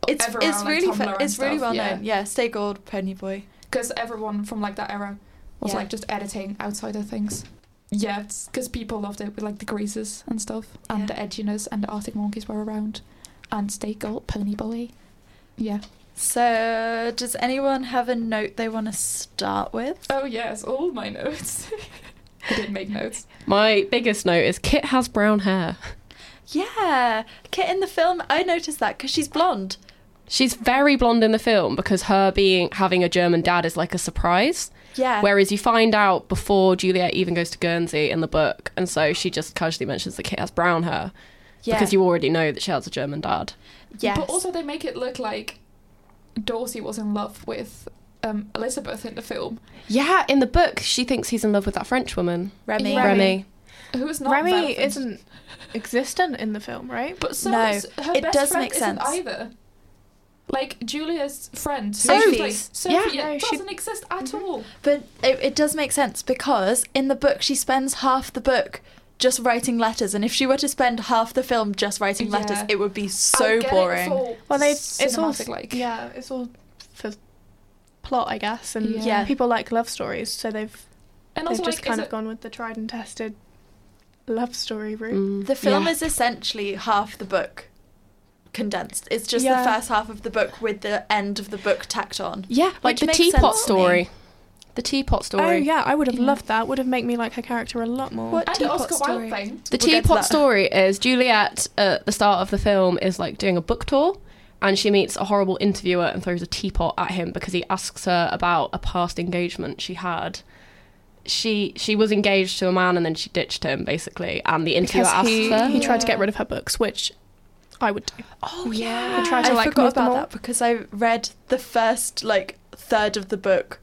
Speaker 1: It's
Speaker 2: ever
Speaker 1: it's
Speaker 2: around, like,
Speaker 1: really
Speaker 2: Tumblr
Speaker 1: fa-
Speaker 2: and
Speaker 1: it's really well
Speaker 2: stuff, yeah.
Speaker 1: known. Yeah, Stay Gold, Pony Boy.
Speaker 2: because everyone from like that era was
Speaker 1: Yeah.
Speaker 2: like just editing outside of things. Yeah, because people loved it with like the greases and stuff, and
Speaker 1: Yeah.
Speaker 2: the edginess, and the Arctic monkeys were around, and Stay Gold Pony Boy. Yeah.
Speaker 1: So, does anyone have a note they want to start with?
Speaker 2: Oh yes, all my notes. I did make notes.
Speaker 3: My biggest note is Kit has brown hair.
Speaker 1: Yeah, Kit in the film. I noticed that because she's blonde.
Speaker 3: She's very blonde in the film because her being having a German dad is like a surprise.
Speaker 1: Yeah.
Speaker 3: Whereas you find out before Juliet even goes to Guernsey in the book, and so she just casually mentions that Kit has brown hair
Speaker 1: yeah.
Speaker 3: because you already know that she has a German dad.
Speaker 1: Yes.
Speaker 2: But also they make it look like Dorsey was in love with um, Elizabeth in the film,
Speaker 3: Yeah, in the book, she thinks he's in love with that French woman,
Speaker 1: Remy.
Speaker 4: Remy.
Speaker 3: Remy.
Speaker 2: who is not.
Speaker 4: Remy
Speaker 2: relevant.
Speaker 4: isn't existent in the film, right?
Speaker 2: But so
Speaker 1: No,
Speaker 2: is- her
Speaker 1: it
Speaker 2: best
Speaker 1: does
Speaker 2: friend
Speaker 1: make
Speaker 2: isn't
Speaker 1: sense.
Speaker 2: either. Like Julia's friend, who's
Speaker 1: Sophie's.
Speaker 2: like Sophie,
Speaker 4: Yeah, no, she- Mm-hmm.
Speaker 2: doesn't exist at all.
Speaker 1: But it, it does make sense because in the book she spends half the book just writing letters, and if she were to spend half the film just writing
Speaker 2: Yeah.
Speaker 1: letters, it would be
Speaker 2: I
Speaker 1: so
Speaker 2: get it
Speaker 1: boring.
Speaker 2: for
Speaker 4: Well, they it's all
Speaker 2: cinematic, like
Speaker 4: yeah, it's all for plot, I guess, and
Speaker 2: Yeah.
Speaker 1: Yeah.
Speaker 4: people like love stories, so they've
Speaker 2: and
Speaker 4: they've
Speaker 2: also
Speaker 4: just
Speaker 2: like
Speaker 4: kind
Speaker 2: is
Speaker 4: of gone with the tried and tested love story route.
Speaker 3: Mm.
Speaker 1: The film
Speaker 3: Yeah.
Speaker 1: is essentially half the book condensed. It's just
Speaker 4: Yeah.
Speaker 1: the first half of the book with the end of the book tacked on.
Speaker 3: yeah, like
Speaker 1: Which
Speaker 3: the
Speaker 1: makes
Speaker 3: teapot
Speaker 1: sense to
Speaker 3: story. The teapot story.
Speaker 4: Oh yeah, I would have
Speaker 2: Yeah.
Speaker 4: loved that. Would have made me like her character a lot more.
Speaker 1: What
Speaker 2: and the
Speaker 1: teapot
Speaker 2: Oscar
Speaker 1: story?
Speaker 2: Wilde thing.
Speaker 3: The
Speaker 1: We'll get to
Speaker 3: teapot
Speaker 1: that.
Speaker 3: story is Juliet at the start of the film is like doing a book tour and she meets a horrible interviewer and throws a teapot at him because he asks her about a past engagement she had. She she was engaged to a man and then she ditched him basically and the interviewer
Speaker 4: Because
Speaker 3: asks
Speaker 4: he,
Speaker 3: her
Speaker 4: he tried to get rid of her books, which I would do.
Speaker 1: Oh
Speaker 4: yeah. They try to,
Speaker 1: I
Speaker 4: like,
Speaker 1: forgot
Speaker 4: move them
Speaker 1: about
Speaker 4: all.
Speaker 1: that because I read the first like third of the book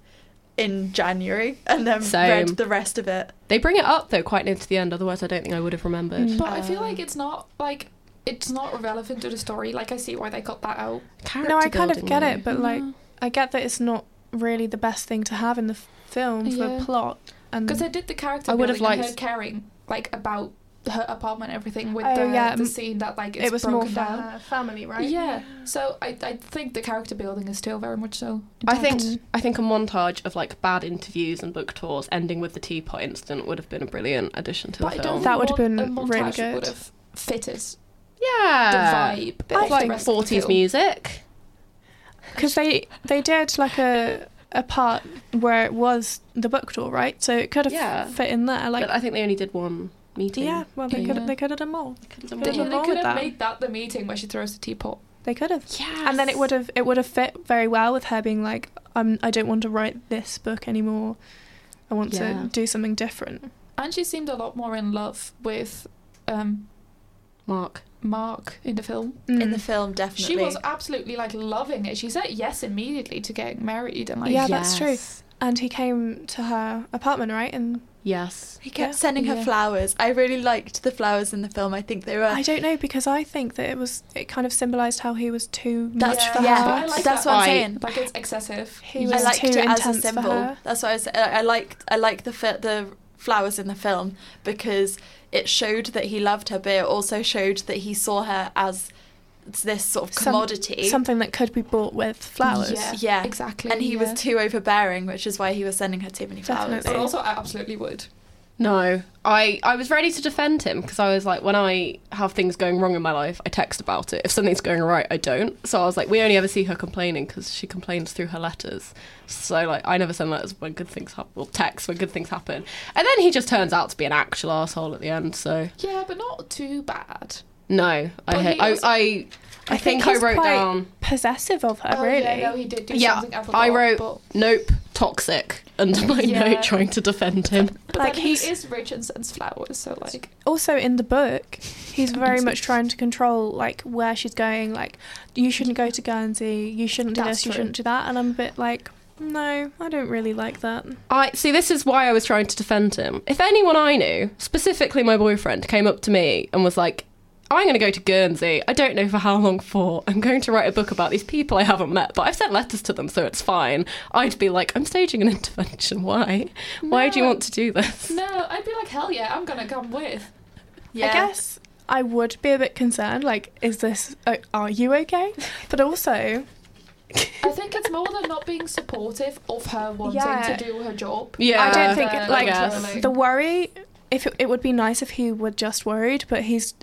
Speaker 1: in January and then
Speaker 3: Same.
Speaker 1: read the rest of it.
Speaker 3: They bring it up though quite near to the end otherwise I don't think I would have remembered.
Speaker 4: Mm.
Speaker 2: But I feel
Speaker 1: Um,
Speaker 2: like it's not like it's not relevant to the story. Like I see why they cut that out.
Speaker 3: Character
Speaker 4: No, I kind of
Speaker 3: building,
Speaker 4: get
Speaker 3: though.
Speaker 4: it, but like I get that it's not really the best thing to have in the f- film for
Speaker 2: Yeah.
Speaker 4: plot. And
Speaker 2: Because they did the character
Speaker 3: I would have
Speaker 2: building and her
Speaker 3: liked-
Speaker 2: caring like about her apartment and everything with
Speaker 4: Oh,
Speaker 2: the,
Speaker 4: yeah,
Speaker 2: the
Speaker 4: m-
Speaker 2: scene that like it's
Speaker 4: it was
Speaker 2: broken
Speaker 4: more for
Speaker 2: down.
Speaker 4: her family, right?
Speaker 2: Yeah. So I, I think the character building is still very much so.
Speaker 3: I think
Speaker 2: intact.
Speaker 3: I think a montage of like bad interviews and book tours ending with the teapot incident would have been a brilliant addition to the
Speaker 2: But I
Speaker 3: film.
Speaker 2: don't
Speaker 4: That would've
Speaker 2: think
Speaker 4: been
Speaker 2: a mon- a
Speaker 4: really
Speaker 2: montage
Speaker 4: good.
Speaker 2: Would have fitted the
Speaker 3: yeah.
Speaker 2: vibe.
Speaker 3: I
Speaker 2: of the
Speaker 3: like
Speaker 2: rest of the
Speaker 3: forties
Speaker 2: film.
Speaker 3: music.
Speaker 4: because they they did like a a part where it was the book tour, right? So it could have
Speaker 3: Yeah.
Speaker 4: fit in there, like
Speaker 3: but I think they only did one meeting.
Speaker 4: yeah. Well, they
Speaker 3: Yeah.
Speaker 4: could they could have done more.
Speaker 2: They,
Speaker 4: Nothing wrong
Speaker 2: could
Speaker 4: with
Speaker 2: have
Speaker 4: that.
Speaker 2: made that the meeting where she throws the teapot.
Speaker 4: They could have.
Speaker 3: Yeah.
Speaker 4: And then it would have it would have fit very well with her being like, I'm I don't want to write this book anymore. I want
Speaker 3: Yeah.
Speaker 4: to do something different.
Speaker 2: And she seemed a lot more in love with um,
Speaker 3: Mark.
Speaker 2: Mark in the film.
Speaker 1: In the
Speaker 4: Mm.
Speaker 1: film, definitely.
Speaker 2: She was absolutely like loving it. She said yes immediately to getting married and like
Speaker 4: Yeah, that's true. and he came to her apartment, right? And
Speaker 3: Yes.
Speaker 1: He kept
Speaker 4: Yeah.
Speaker 1: sending her
Speaker 2: Yeah.
Speaker 1: flowers. I really liked the flowers in the film. I think they were.
Speaker 4: I don't know because I think that it was it kind of symbolized how he was too
Speaker 1: That's
Speaker 4: much
Speaker 2: Yeah.
Speaker 4: for
Speaker 1: yeah.
Speaker 4: her.
Speaker 2: I like
Speaker 1: that's
Speaker 2: that
Speaker 1: what I'm
Speaker 3: vibe.
Speaker 1: saying.
Speaker 2: like it's excessive.
Speaker 4: He
Speaker 1: I
Speaker 4: was
Speaker 1: liked
Speaker 4: too
Speaker 1: it as a
Speaker 4: intense for
Speaker 1: symbol.
Speaker 4: her.
Speaker 1: That's why I said I I liked I liked the fi- the flowers in the film because it showed that he loved her, but it also showed that he saw her as this sort of
Speaker 4: Some-
Speaker 1: commodity.
Speaker 4: Something that could be bought with flowers.
Speaker 2: Yeah,
Speaker 1: Yeah.
Speaker 2: exactly.
Speaker 1: and he
Speaker 2: yeah.
Speaker 1: was too overbearing, which is why he was sending her too many flowers.
Speaker 4: Definitely.
Speaker 2: But also, I absolutely would.
Speaker 3: No, I, I was ready to defend him because I was like, when I have things going wrong in my life, I text about it. If something's going right, I don't. So I was like, we only ever see her complaining because she complains through her letters. So like, I never send letters when good things happen, well, text when good things happen. And then he just turns out to be an actual asshole at the end. So
Speaker 2: Yeah, but not too bad.
Speaker 3: no, I
Speaker 2: But
Speaker 3: hate,
Speaker 2: he
Speaker 3: I,
Speaker 2: also-
Speaker 3: I I think, I
Speaker 4: he's
Speaker 3: wrote
Speaker 4: quite
Speaker 3: down
Speaker 4: possessive of her,
Speaker 2: Oh,
Speaker 4: really.
Speaker 2: Yeah, no, he did do
Speaker 3: yeah.
Speaker 2: something. forgot,
Speaker 3: I wrote
Speaker 2: but-
Speaker 3: nope toxic under my
Speaker 2: Yeah.
Speaker 3: note trying to defend him.
Speaker 2: But
Speaker 4: Like,
Speaker 2: like he
Speaker 4: he's-
Speaker 2: is rich and sends flowers, so like
Speaker 4: also in the book he's very much trying to control like where she's going like you shouldn't go to guernsey you shouldn't do
Speaker 2: That's
Speaker 4: this you
Speaker 2: true.
Speaker 4: shouldn't do that and i'm a bit like no i don't really like that
Speaker 3: I see. This is why I was trying to defend him. If anyone I knew, specifically my boyfriend, came up to me and was like, "I'm going to go to Guernsey. I don't know for how long for. I'm going to write a book about these people I haven't met, but I've sent letters to them, so it's fine." I'd be like, "I'm staging an intervention. Why? Why do you
Speaker 2: No.
Speaker 3: want to do this?"
Speaker 2: no, I'd be like hell yeah, I'm gonna come with.
Speaker 4: i guess i would be a bit concerned like is this uh, are you okay but also
Speaker 2: I think it's more than not being supportive of her wanting
Speaker 4: Yeah.
Speaker 2: to do her job.
Speaker 3: Yeah,
Speaker 4: i don't think
Speaker 2: Uh,
Speaker 4: like
Speaker 3: yes.
Speaker 4: the worry if it, it would be nice if he were just worried but he's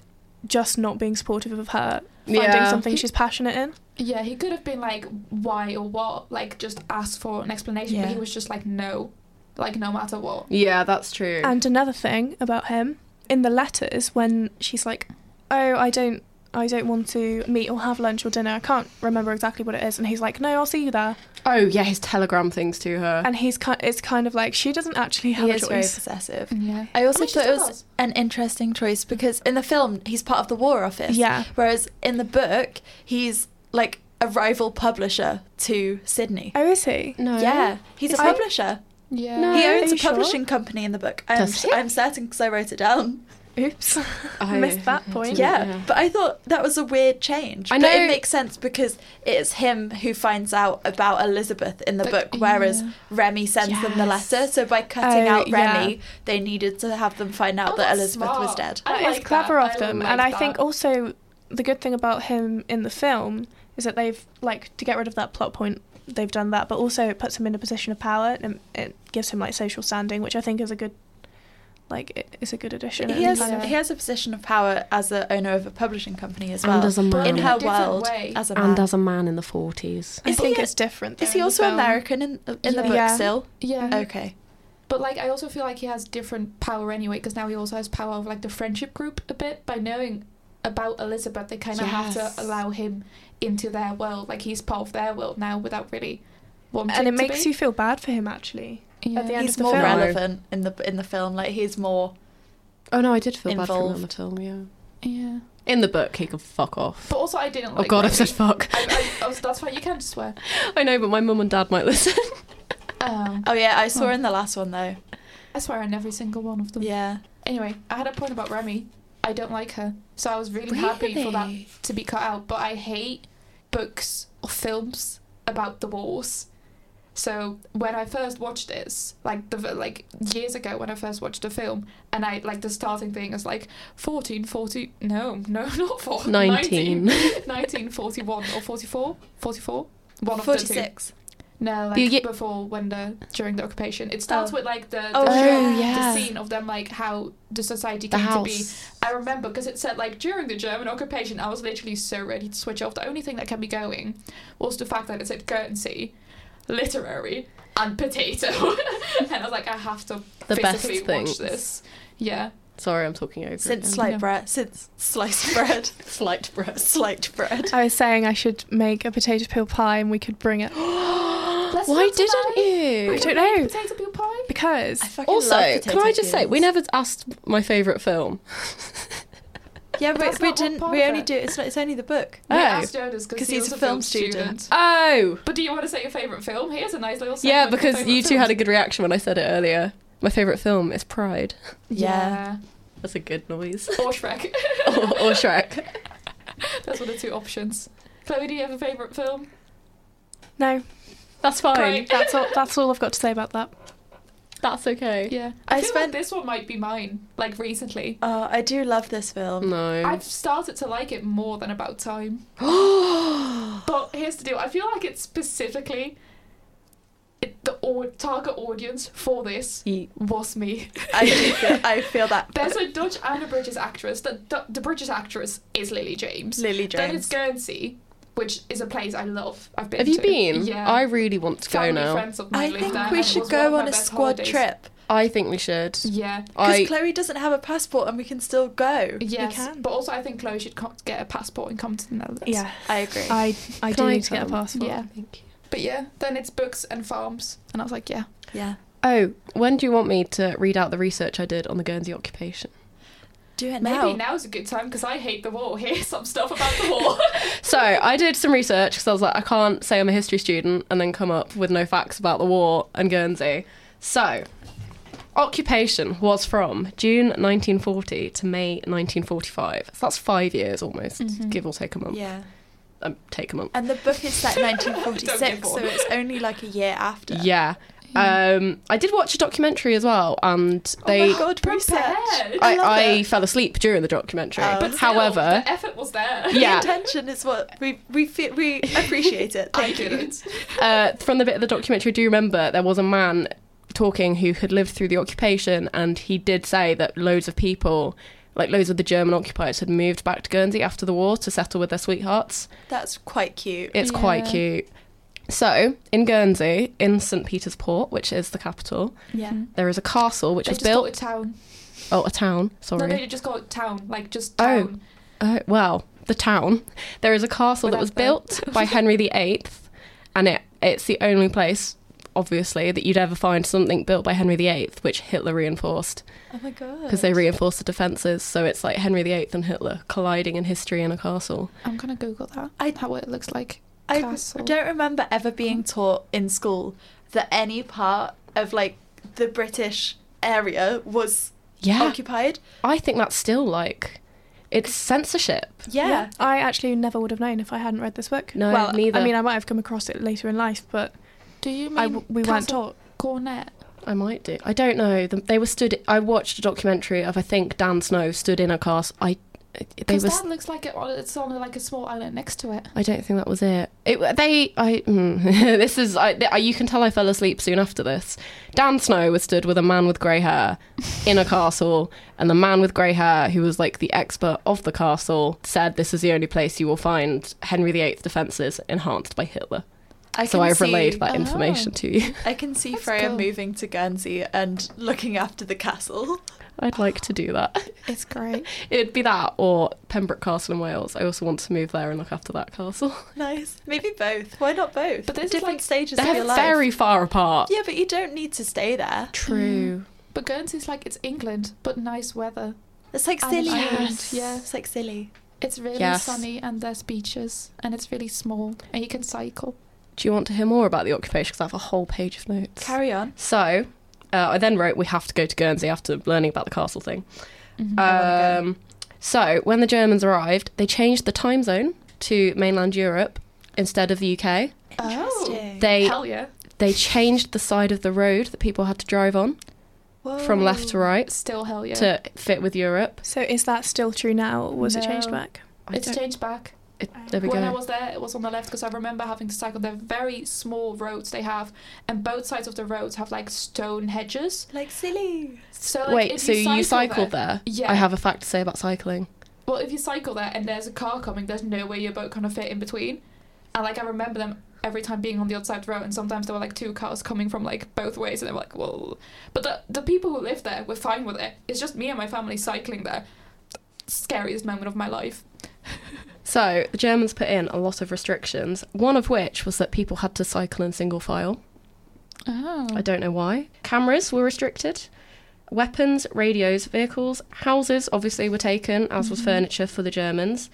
Speaker 4: just not being supportive of her finding
Speaker 3: Yeah.
Speaker 4: something she's passionate in
Speaker 2: Yeah, he could have been like why or what, like just ask for an explanation, but
Speaker 4: Yeah.
Speaker 2: he was just like no, like no matter what.
Speaker 3: Yeah, that's true.
Speaker 4: And another thing about him in the letters when she's like, "Oh, I don't I don't want to meet or have lunch or dinner. I can't remember exactly what it is." And he's like, "No, I'll see you there."
Speaker 3: oh yeah, his telegram things to her.
Speaker 4: And he's kind it's kind of like she doesn't actually have
Speaker 1: He
Speaker 4: a
Speaker 1: is very
Speaker 4: choice.
Speaker 1: possessive.
Speaker 2: Yeah.
Speaker 1: I also
Speaker 2: Which is
Speaker 1: thought it
Speaker 2: us.
Speaker 1: was an interesting choice because in the film he's part of the War Office.
Speaker 4: Yeah.
Speaker 1: Whereas in the book he's like a rival publisher to Sydney.
Speaker 4: Oh, is he?
Speaker 3: no.
Speaker 1: Yeah, he's
Speaker 4: Is
Speaker 1: a
Speaker 4: he?
Speaker 1: publisher.
Speaker 2: Yeah.
Speaker 4: No.
Speaker 1: he
Speaker 4: Are
Speaker 1: owns a
Speaker 4: you sure?
Speaker 1: publishing company in the book. I'm,
Speaker 3: Does he?
Speaker 1: I'm certain because I wrote it down.
Speaker 4: Oops,
Speaker 3: I-
Speaker 4: missed that point.
Speaker 1: Yeah,
Speaker 3: Yeah.
Speaker 1: but I thought that was a weird change.
Speaker 3: I
Speaker 1: but
Speaker 3: know-
Speaker 1: it makes sense because it's him who finds out about Elizabeth in the
Speaker 2: But-
Speaker 1: book, whereas
Speaker 2: yeah.
Speaker 1: Remy sends them the
Speaker 3: Yes.
Speaker 1: letter. So by cutting
Speaker 4: Oh,
Speaker 1: out
Speaker 4: yeah.
Speaker 1: Remy, they needed to have them find out
Speaker 2: Oh,
Speaker 1: that
Speaker 2: that's
Speaker 1: Elizabeth was
Speaker 2: smart.
Speaker 1: dead.
Speaker 2: I
Speaker 4: That is
Speaker 2: like that.
Speaker 4: clever
Speaker 2: I
Speaker 4: of them.
Speaker 2: like
Speaker 4: and I
Speaker 2: that.
Speaker 4: think also the good thing about him in the film is that they've like to get rid of that plot point. They've done that, but also it puts him in a position of power and it gives him like social standing, which I think is a good, like, it- it's a good addition.
Speaker 1: He
Speaker 4: and
Speaker 1: has
Speaker 4: kind of-
Speaker 1: he has a position of power as the owner of a publishing company as well.
Speaker 3: And as a man.
Speaker 1: in
Speaker 2: in a
Speaker 1: her
Speaker 2: different
Speaker 1: world,
Speaker 2: way.
Speaker 1: as a man.
Speaker 3: and as a man in the forties.
Speaker 4: I
Speaker 1: Is
Speaker 4: think
Speaker 1: he a-
Speaker 4: it's different.
Speaker 1: is
Speaker 4: though
Speaker 1: he
Speaker 4: in the
Speaker 1: also
Speaker 4: film.
Speaker 1: American in uh, in the book
Speaker 4: Yeah.
Speaker 1: still?
Speaker 2: Yeah. Mm-hmm.
Speaker 1: Okay.
Speaker 2: But like, I also feel like he has different power anyway, because now he also has power of like the friendship group a bit by knowing about Elizabeth. They kind of have
Speaker 3: Yes.
Speaker 2: to allow him into their world. Like he's part of their world now without really wanting.
Speaker 4: And it
Speaker 2: to
Speaker 4: makes
Speaker 2: be.
Speaker 4: you feel bad for him actually.
Speaker 2: Yeah.
Speaker 4: at the end
Speaker 1: He's
Speaker 4: of the
Speaker 1: more
Speaker 4: film.
Speaker 1: relevant in the in the film. Like he's more.
Speaker 3: Oh no, I did feel bad
Speaker 1: Involved.
Speaker 3: for him at all. Yeah.
Speaker 2: Yeah.
Speaker 3: In the book, he could fuck off.
Speaker 2: But also, I didn't.
Speaker 3: oh
Speaker 2: Like
Speaker 3: god, I've
Speaker 2: Rosie.
Speaker 3: said fuck.
Speaker 2: I, I, I was, that's why you can't swear.
Speaker 3: I know, but my mum and dad might listen.
Speaker 2: Um,
Speaker 1: Oh yeah, I saw
Speaker 2: Oh.
Speaker 1: in the last one though.
Speaker 2: I swear on every single one of them.
Speaker 1: Yeah.
Speaker 2: Anyway, I had a point about Remy. I don't like her, so I was really, happy for that
Speaker 1: Really?
Speaker 2: to be cut out. But I hate books or films about the wars. So when I first watched this, like the like years ago, when I first watched the film, and I like the starting thing is like 14, 40, no, no, not four,
Speaker 3: 19.
Speaker 2: 19, 41 or 44, 44, one of the two.
Speaker 1: Forty six.
Speaker 2: No, like
Speaker 3: You get-
Speaker 2: before when the during the occupation. It starts
Speaker 1: Oh.
Speaker 2: with like the the,
Speaker 1: Oh,
Speaker 2: the
Speaker 3: yeah.
Speaker 2: scene of them like how the society
Speaker 3: the
Speaker 2: came to be.
Speaker 3: house.
Speaker 2: I remember because it said like during the German occupation, I was literally so ready to switch off. The only thing that kept me going was the fact that it said Guernsey, literary, and potato, and I was like, I have to
Speaker 3: The best
Speaker 2: physically
Speaker 3: things.
Speaker 2: watch this. Yeah,
Speaker 3: Sorry, I'm talking over.
Speaker 1: Since
Speaker 3: again.
Speaker 1: sliced
Speaker 2: Yeah.
Speaker 1: bread. Since sliced bread.
Speaker 3: slight breath.
Speaker 1: sliced bread.
Speaker 4: I was saying I should make a potato peel pie and we could bring it
Speaker 2: Let's
Speaker 3: Why
Speaker 2: not deny-
Speaker 3: didn't
Speaker 4: I
Speaker 3: you?
Speaker 4: don't know
Speaker 2: potato peel pie.
Speaker 3: Oh.
Speaker 4: because
Speaker 1: I fucking
Speaker 3: Also,
Speaker 1: love
Speaker 3: can I
Speaker 1: potato
Speaker 3: just say we
Speaker 1: peelings.
Speaker 3: never asked my favourite film.
Speaker 1: Yeah, but
Speaker 2: That's
Speaker 1: we
Speaker 2: not one
Speaker 1: didn't.
Speaker 2: part
Speaker 1: We
Speaker 2: of
Speaker 1: only
Speaker 2: it.
Speaker 1: do. It's not, it's only the book.
Speaker 2: We
Speaker 3: Oh.
Speaker 2: asked Jonas
Speaker 1: 'Cause
Speaker 2: because he
Speaker 1: he's
Speaker 2: was
Speaker 1: a
Speaker 2: a film
Speaker 1: film student.
Speaker 2: student.
Speaker 3: Oh,
Speaker 2: But do you want to say your favorite film? Here's a nice little. segment
Speaker 3: yeah,
Speaker 2: for
Speaker 3: because
Speaker 2: favourite
Speaker 3: you two had a
Speaker 2: films.
Speaker 3: good reaction when I said it earlier. My favourite film is Pride.
Speaker 1: Yeah.
Speaker 3: That's a good noise.
Speaker 2: Or Shrek.
Speaker 3: or, or Shrek.
Speaker 2: That's one of the two options. Chloe, do you have a favourite film?
Speaker 4: no
Speaker 3: That's fine.
Speaker 2: Great.
Speaker 4: that's all that's all I've got to say about that.
Speaker 3: That's okay.
Speaker 2: Yeah.
Speaker 1: I
Speaker 2: I, feel
Speaker 1: spent-
Speaker 2: like this one might be mine, like recently.
Speaker 1: Oh, I do love this film.
Speaker 3: No.
Speaker 2: I've started to like it more than about time. but here's the deal I feel like it's specifically it, the au- target audience for this
Speaker 3: Yeet.
Speaker 2: was me.
Speaker 1: I do feel, I feel that.
Speaker 2: There's a Dutch and a British actress. The, the, the British actress is Lily James.
Speaker 1: Lily
Speaker 2: Then it's
Speaker 1: James.
Speaker 2: Guernsey, which is a place I love. I've been
Speaker 3: Have you
Speaker 2: to.
Speaker 3: been?
Speaker 2: Yeah.
Speaker 3: I really want to
Speaker 2: Family
Speaker 3: go now.
Speaker 2: friends of mine
Speaker 1: I
Speaker 2: live
Speaker 1: think
Speaker 2: there, and
Speaker 1: we
Speaker 2: it
Speaker 1: should
Speaker 2: was one of
Speaker 1: go
Speaker 2: my
Speaker 1: on a
Speaker 2: best
Speaker 1: squad
Speaker 2: holidays.
Speaker 1: trip
Speaker 3: I think we should.
Speaker 2: Yeah.
Speaker 1: because
Speaker 3: I
Speaker 1: Chloe doesn't have a passport and we can still go.
Speaker 2: Yes,
Speaker 4: can.
Speaker 2: but also I think Chloe should co- get a passport and come to the Netherlands.
Speaker 4: Yeah,
Speaker 1: I agree.
Speaker 4: I I
Speaker 3: Can
Speaker 4: do
Speaker 3: I
Speaker 4: need to get a
Speaker 3: come?
Speaker 4: passport.
Speaker 2: Yeah. But yeah, then it's books and farms, and I was like, yeah.
Speaker 1: yeah,
Speaker 3: oh, when do you want me to read out the research I did on the Guernsey occupation?
Speaker 1: do it now.
Speaker 2: Maybe now's a good time because I hate the war. Here's some stuff about the war.
Speaker 3: So I did some research because I was like, I can't say I'm a history student and then come up with no facts about the war and Guernsey. So, occupation was from June 1940 to May 1945. So that's five years almost,
Speaker 2: Mm-hmm.
Speaker 3: give or take a month.
Speaker 1: Yeah,
Speaker 3: Um, take a month.
Speaker 1: and the book is set in
Speaker 2: Don't get
Speaker 1: 1946, so
Speaker 2: bored.
Speaker 1: it's only like a year after.
Speaker 3: Yeah. Um, I did watch a documentary as well, and
Speaker 1: oh
Speaker 3: they.
Speaker 1: my god, research.
Speaker 2: Prepared.
Speaker 3: I,
Speaker 1: love
Speaker 3: I,
Speaker 1: it.
Speaker 3: fell asleep during the documentary.
Speaker 1: Oh.
Speaker 2: But still,
Speaker 3: However,
Speaker 2: the effort was there.
Speaker 3: yeah.
Speaker 1: Intention is what we we feel, we appreciate it.
Speaker 2: I
Speaker 1: Thank you.
Speaker 2: didn't.
Speaker 3: uh, from the bit of the documentary, do you remember there was a man talking who had lived through the occupation, and he did say that loads of people, like loads of the German occupiers, had moved back to Guernsey after the war to settle with their sweethearts.
Speaker 1: That's quite cute.
Speaker 3: It's quite
Speaker 2: Yeah.
Speaker 3: cute. So, in Guernsey, in St. Peter's Port, which is the capital,
Speaker 1: Yeah.
Speaker 3: there is a castle which
Speaker 2: They
Speaker 3: was
Speaker 2: just call
Speaker 3: built.
Speaker 2: it town.
Speaker 3: Oh, a town,
Speaker 2: No,
Speaker 3: sorry.
Speaker 2: no, you just call it town. Like, just
Speaker 3: Oh.
Speaker 2: town.
Speaker 3: Oh, well, the town. There is a castle that was
Speaker 2: Without
Speaker 3: built by Henry VIII, and it, it's the only place, obviously, that you'd ever find something built by Henry VIII, which Hitler reinforced
Speaker 1: Oh my god.
Speaker 3: because they reinforced the defences. So it's like Henry VIII and Hitler colliding in history in a castle.
Speaker 2: I'm gonna Google that.
Speaker 1: I-
Speaker 2: how it looks like.
Speaker 1: I
Speaker 2: Castle.
Speaker 1: don't remember ever being taught in school that any part of like the British area was
Speaker 3: Yeah,
Speaker 1: occupied.
Speaker 3: I think that's still like it's censorship.
Speaker 1: Yeah.
Speaker 4: I actually never would have known if I hadn't read this book.
Speaker 3: No,
Speaker 4: well,
Speaker 3: neither.
Speaker 4: I mean, I might have come across it later in life, but
Speaker 2: Do you mean
Speaker 4: I w- we weren't
Speaker 2: Castle
Speaker 4: taught.
Speaker 2: Cornet?
Speaker 3: I might do. I don't know. The- They were stood. I watched a documentary of I think Dan Snow stood in a castle. I they
Speaker 2: Because
Speaker 3: were
Speaker 2: that looks like it. well, It's on like a small island next to it.
Speaker 3: I don't think that was it. It they I mm, this is I, th- I you can tell I fell asleep soon after this. Dan Snow was stood with a man with grey hair in a castle, and the man with grey hair, who was like the expert of the castle, said this is the only place you will find Henry VIII defences enhanced by Hitler.
Speaker 1: I
Speaker 3: so
Speaker 1: can
Speaker 3: I
Speaker 1: see,
Speaker 3: relayed that
Speaker 2: Oh.
Speaker 3: information to you.
Speaker 1: I can see
Speaker 2: That's
Speaker 1: Freya
Speaker 2: cool.
Speaker 1: moving to Guernsey and looking after the castle.
Speaker 3: I'd like to do that.
Speaker 2: It's great.
Speaker 3: It'd be that or Pembroke Castle in Wales. I also want to move there and look after that castle.
Speaker 1: Nice. Maybe both. Why not both?
Speaker 2: But this is
Speaker 1: different
Speaker 2: like-
Speaker 1: stages of
Speaker 3: They're
Speaker 1: your life.
Speaker 3: very far apart.
Speaker 1: Yeah, but you don't need to stay there.
Speaker 3: True.
Speaker 2: But Guernsey's like it's England, but nice weather.
Speaker 1: It's like
Speaker 2: And
Speaker 1: silly.
Speaker 2: island, yeah.
Speaker 1: It's like silly.
Speaker 2: It's really
Speaker 3: Yes.
Speaker 2: sunny and there's beaches and it's really small and you can cycle.
Speaker 3: Do you want to hear more about the occupation? Because I have a whole page of notes.
Speaker 1: Carry on.
Speaker 3: So uh, I then wrote, "We have to go to Guernsey after learning about the castle thing."
Speaker 2: Mm-hmm. Uh,
Speaker 1: I wanna
Speaker 3: Um, so when the Germans arrived, they changed the time zone to mainland Europe instead of the UK.
Speaker 1: Interesting.
Speaker 3: They
Speaker 2: oh, Hell yeah.
Speaker 3: they changed the side of the road that people had to drive on from left to
Speaker 1: Whoa.
Speaker 3: right
Speaker 2: Still hell Oh. yeah.
Speaker 3: to fit with Europe.
Speaker 4: So is that still true now, or was it changed
Speaker 2: No.
Speaker 4: back?
Speaker 3: I
Speaker 2: it's
Speaker 3: don't-
Speaker 2: changed back.
Speaker 3: it- there we
Speaker 2: when I
Speaker 3: go.
Speaker 2: was there, it was on the left because I remember having to cycle. They're very small roads they have, and both sides of the roads have like stone hedges.
Speaker 1: Like silly.
Speaker 2: So like,
Speaker 3: Wait,
Speaker 2: if
Speaker 3: so you, cycled
Speaker 2: there?
Speaker 3: there?
Speaker 2: Yeah.
Speaker 3: I have a fact to say about cycling.
Speaker 2: Well, if you cycle there and there's a car coming, there's no way your boat can fit in between. And like I remember them every time being on the other side of the road, and sometimes there were like two cars coming from like both ways, and they were like, "Well," but the the people who live there were fine with it. It's just me and my family cycling there. Scariest moment of my life.
Speaker 3: So the Germans put in a lot of restrictions. One of which was that people had to cycle in single file.
Speaker 2: Oh.
Speaker 5: Mm.
Speaker 3: I don't know why. Cameras were restricted. Weapons, radios, vehicles, houses obviously were taken, as was furniture for the Germans.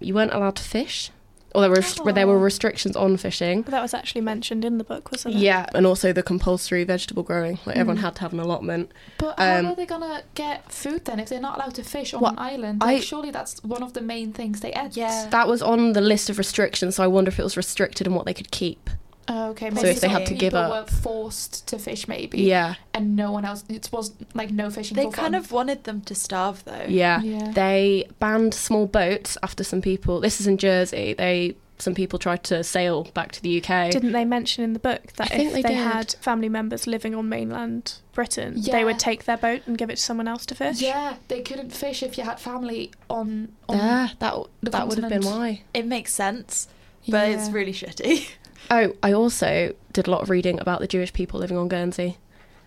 Speaker 3: You weren't allowed to fish, or there were there were restrictions on fishing.
Speaker 4: That was actually mentioned in the book, wasn't it?
Speaker 3: Yeah, and also the compulsory vegetable growing. Like everyone
Speaker 2: Mm.
Speaker 3: had to have an allotment.
Speaker 2: But how
Speaker 3: Um,
Speaker 2: are they gonna get food then if they're not allowed to fish on
Speaker 3: Well,
Speaker 2: an island?
Speaker 3: I-
Speaker 2: Like, surely that's one of the main things they ate.
Speaker 1: Yeah.
Speaker 3: That was on the list of restrictions, so I wonder if it was restricted and what they could keep.
Speaker 2: Oh, okay.
Speaker 1: So
Speaker 2: Maybe
Speaker 1: if they
Speaker 2: some
Speaker 1: had to
Speaker 3: give
Speaker 2: people
Speaker 3: up-
Speaker 2: were forced to fish, maybe.
Speaker 3: Yeah,
Speaker 2: And no one else. It was like no fishing.
Speaker 1: They
Speaker 2: for
Speaker 1: kind
Speaker 2: fun.
Speaker 1: of wanted them to starve though.
Speaker 3: yeah.
Speaker 2: Yeah.
Speaker 3: They banned small boats after some people. This is in Jersey. They some people tried to sail back to the UK.
Speaker 4: Didn't they mention in the book that
Speaker 3: I
Speaker 4: if
Speaker 3: think
Speaker 4: they,
Speaker 3: they did.
Speaker 4: had family members living on mainland Britain, they
Speaker 2: Yeah.
Speaker 4: would take their boat and give it to someone else to fish?
Speaker 2: Yeah, they couldn't fish if you had family on. on
Speaker 3: yeah, that w-
Speaker 2: the
Speaker 3: Ah, that would have been
Speaker 2: continent.
Speaker 3: why.
Speaker 1: It makes sense, but it's
Speaker 2: Yeah.
Speaker 1: really shitty.
Speaker 3: Oh, I also did a lot of reading about the Jewish people living on Guernsey.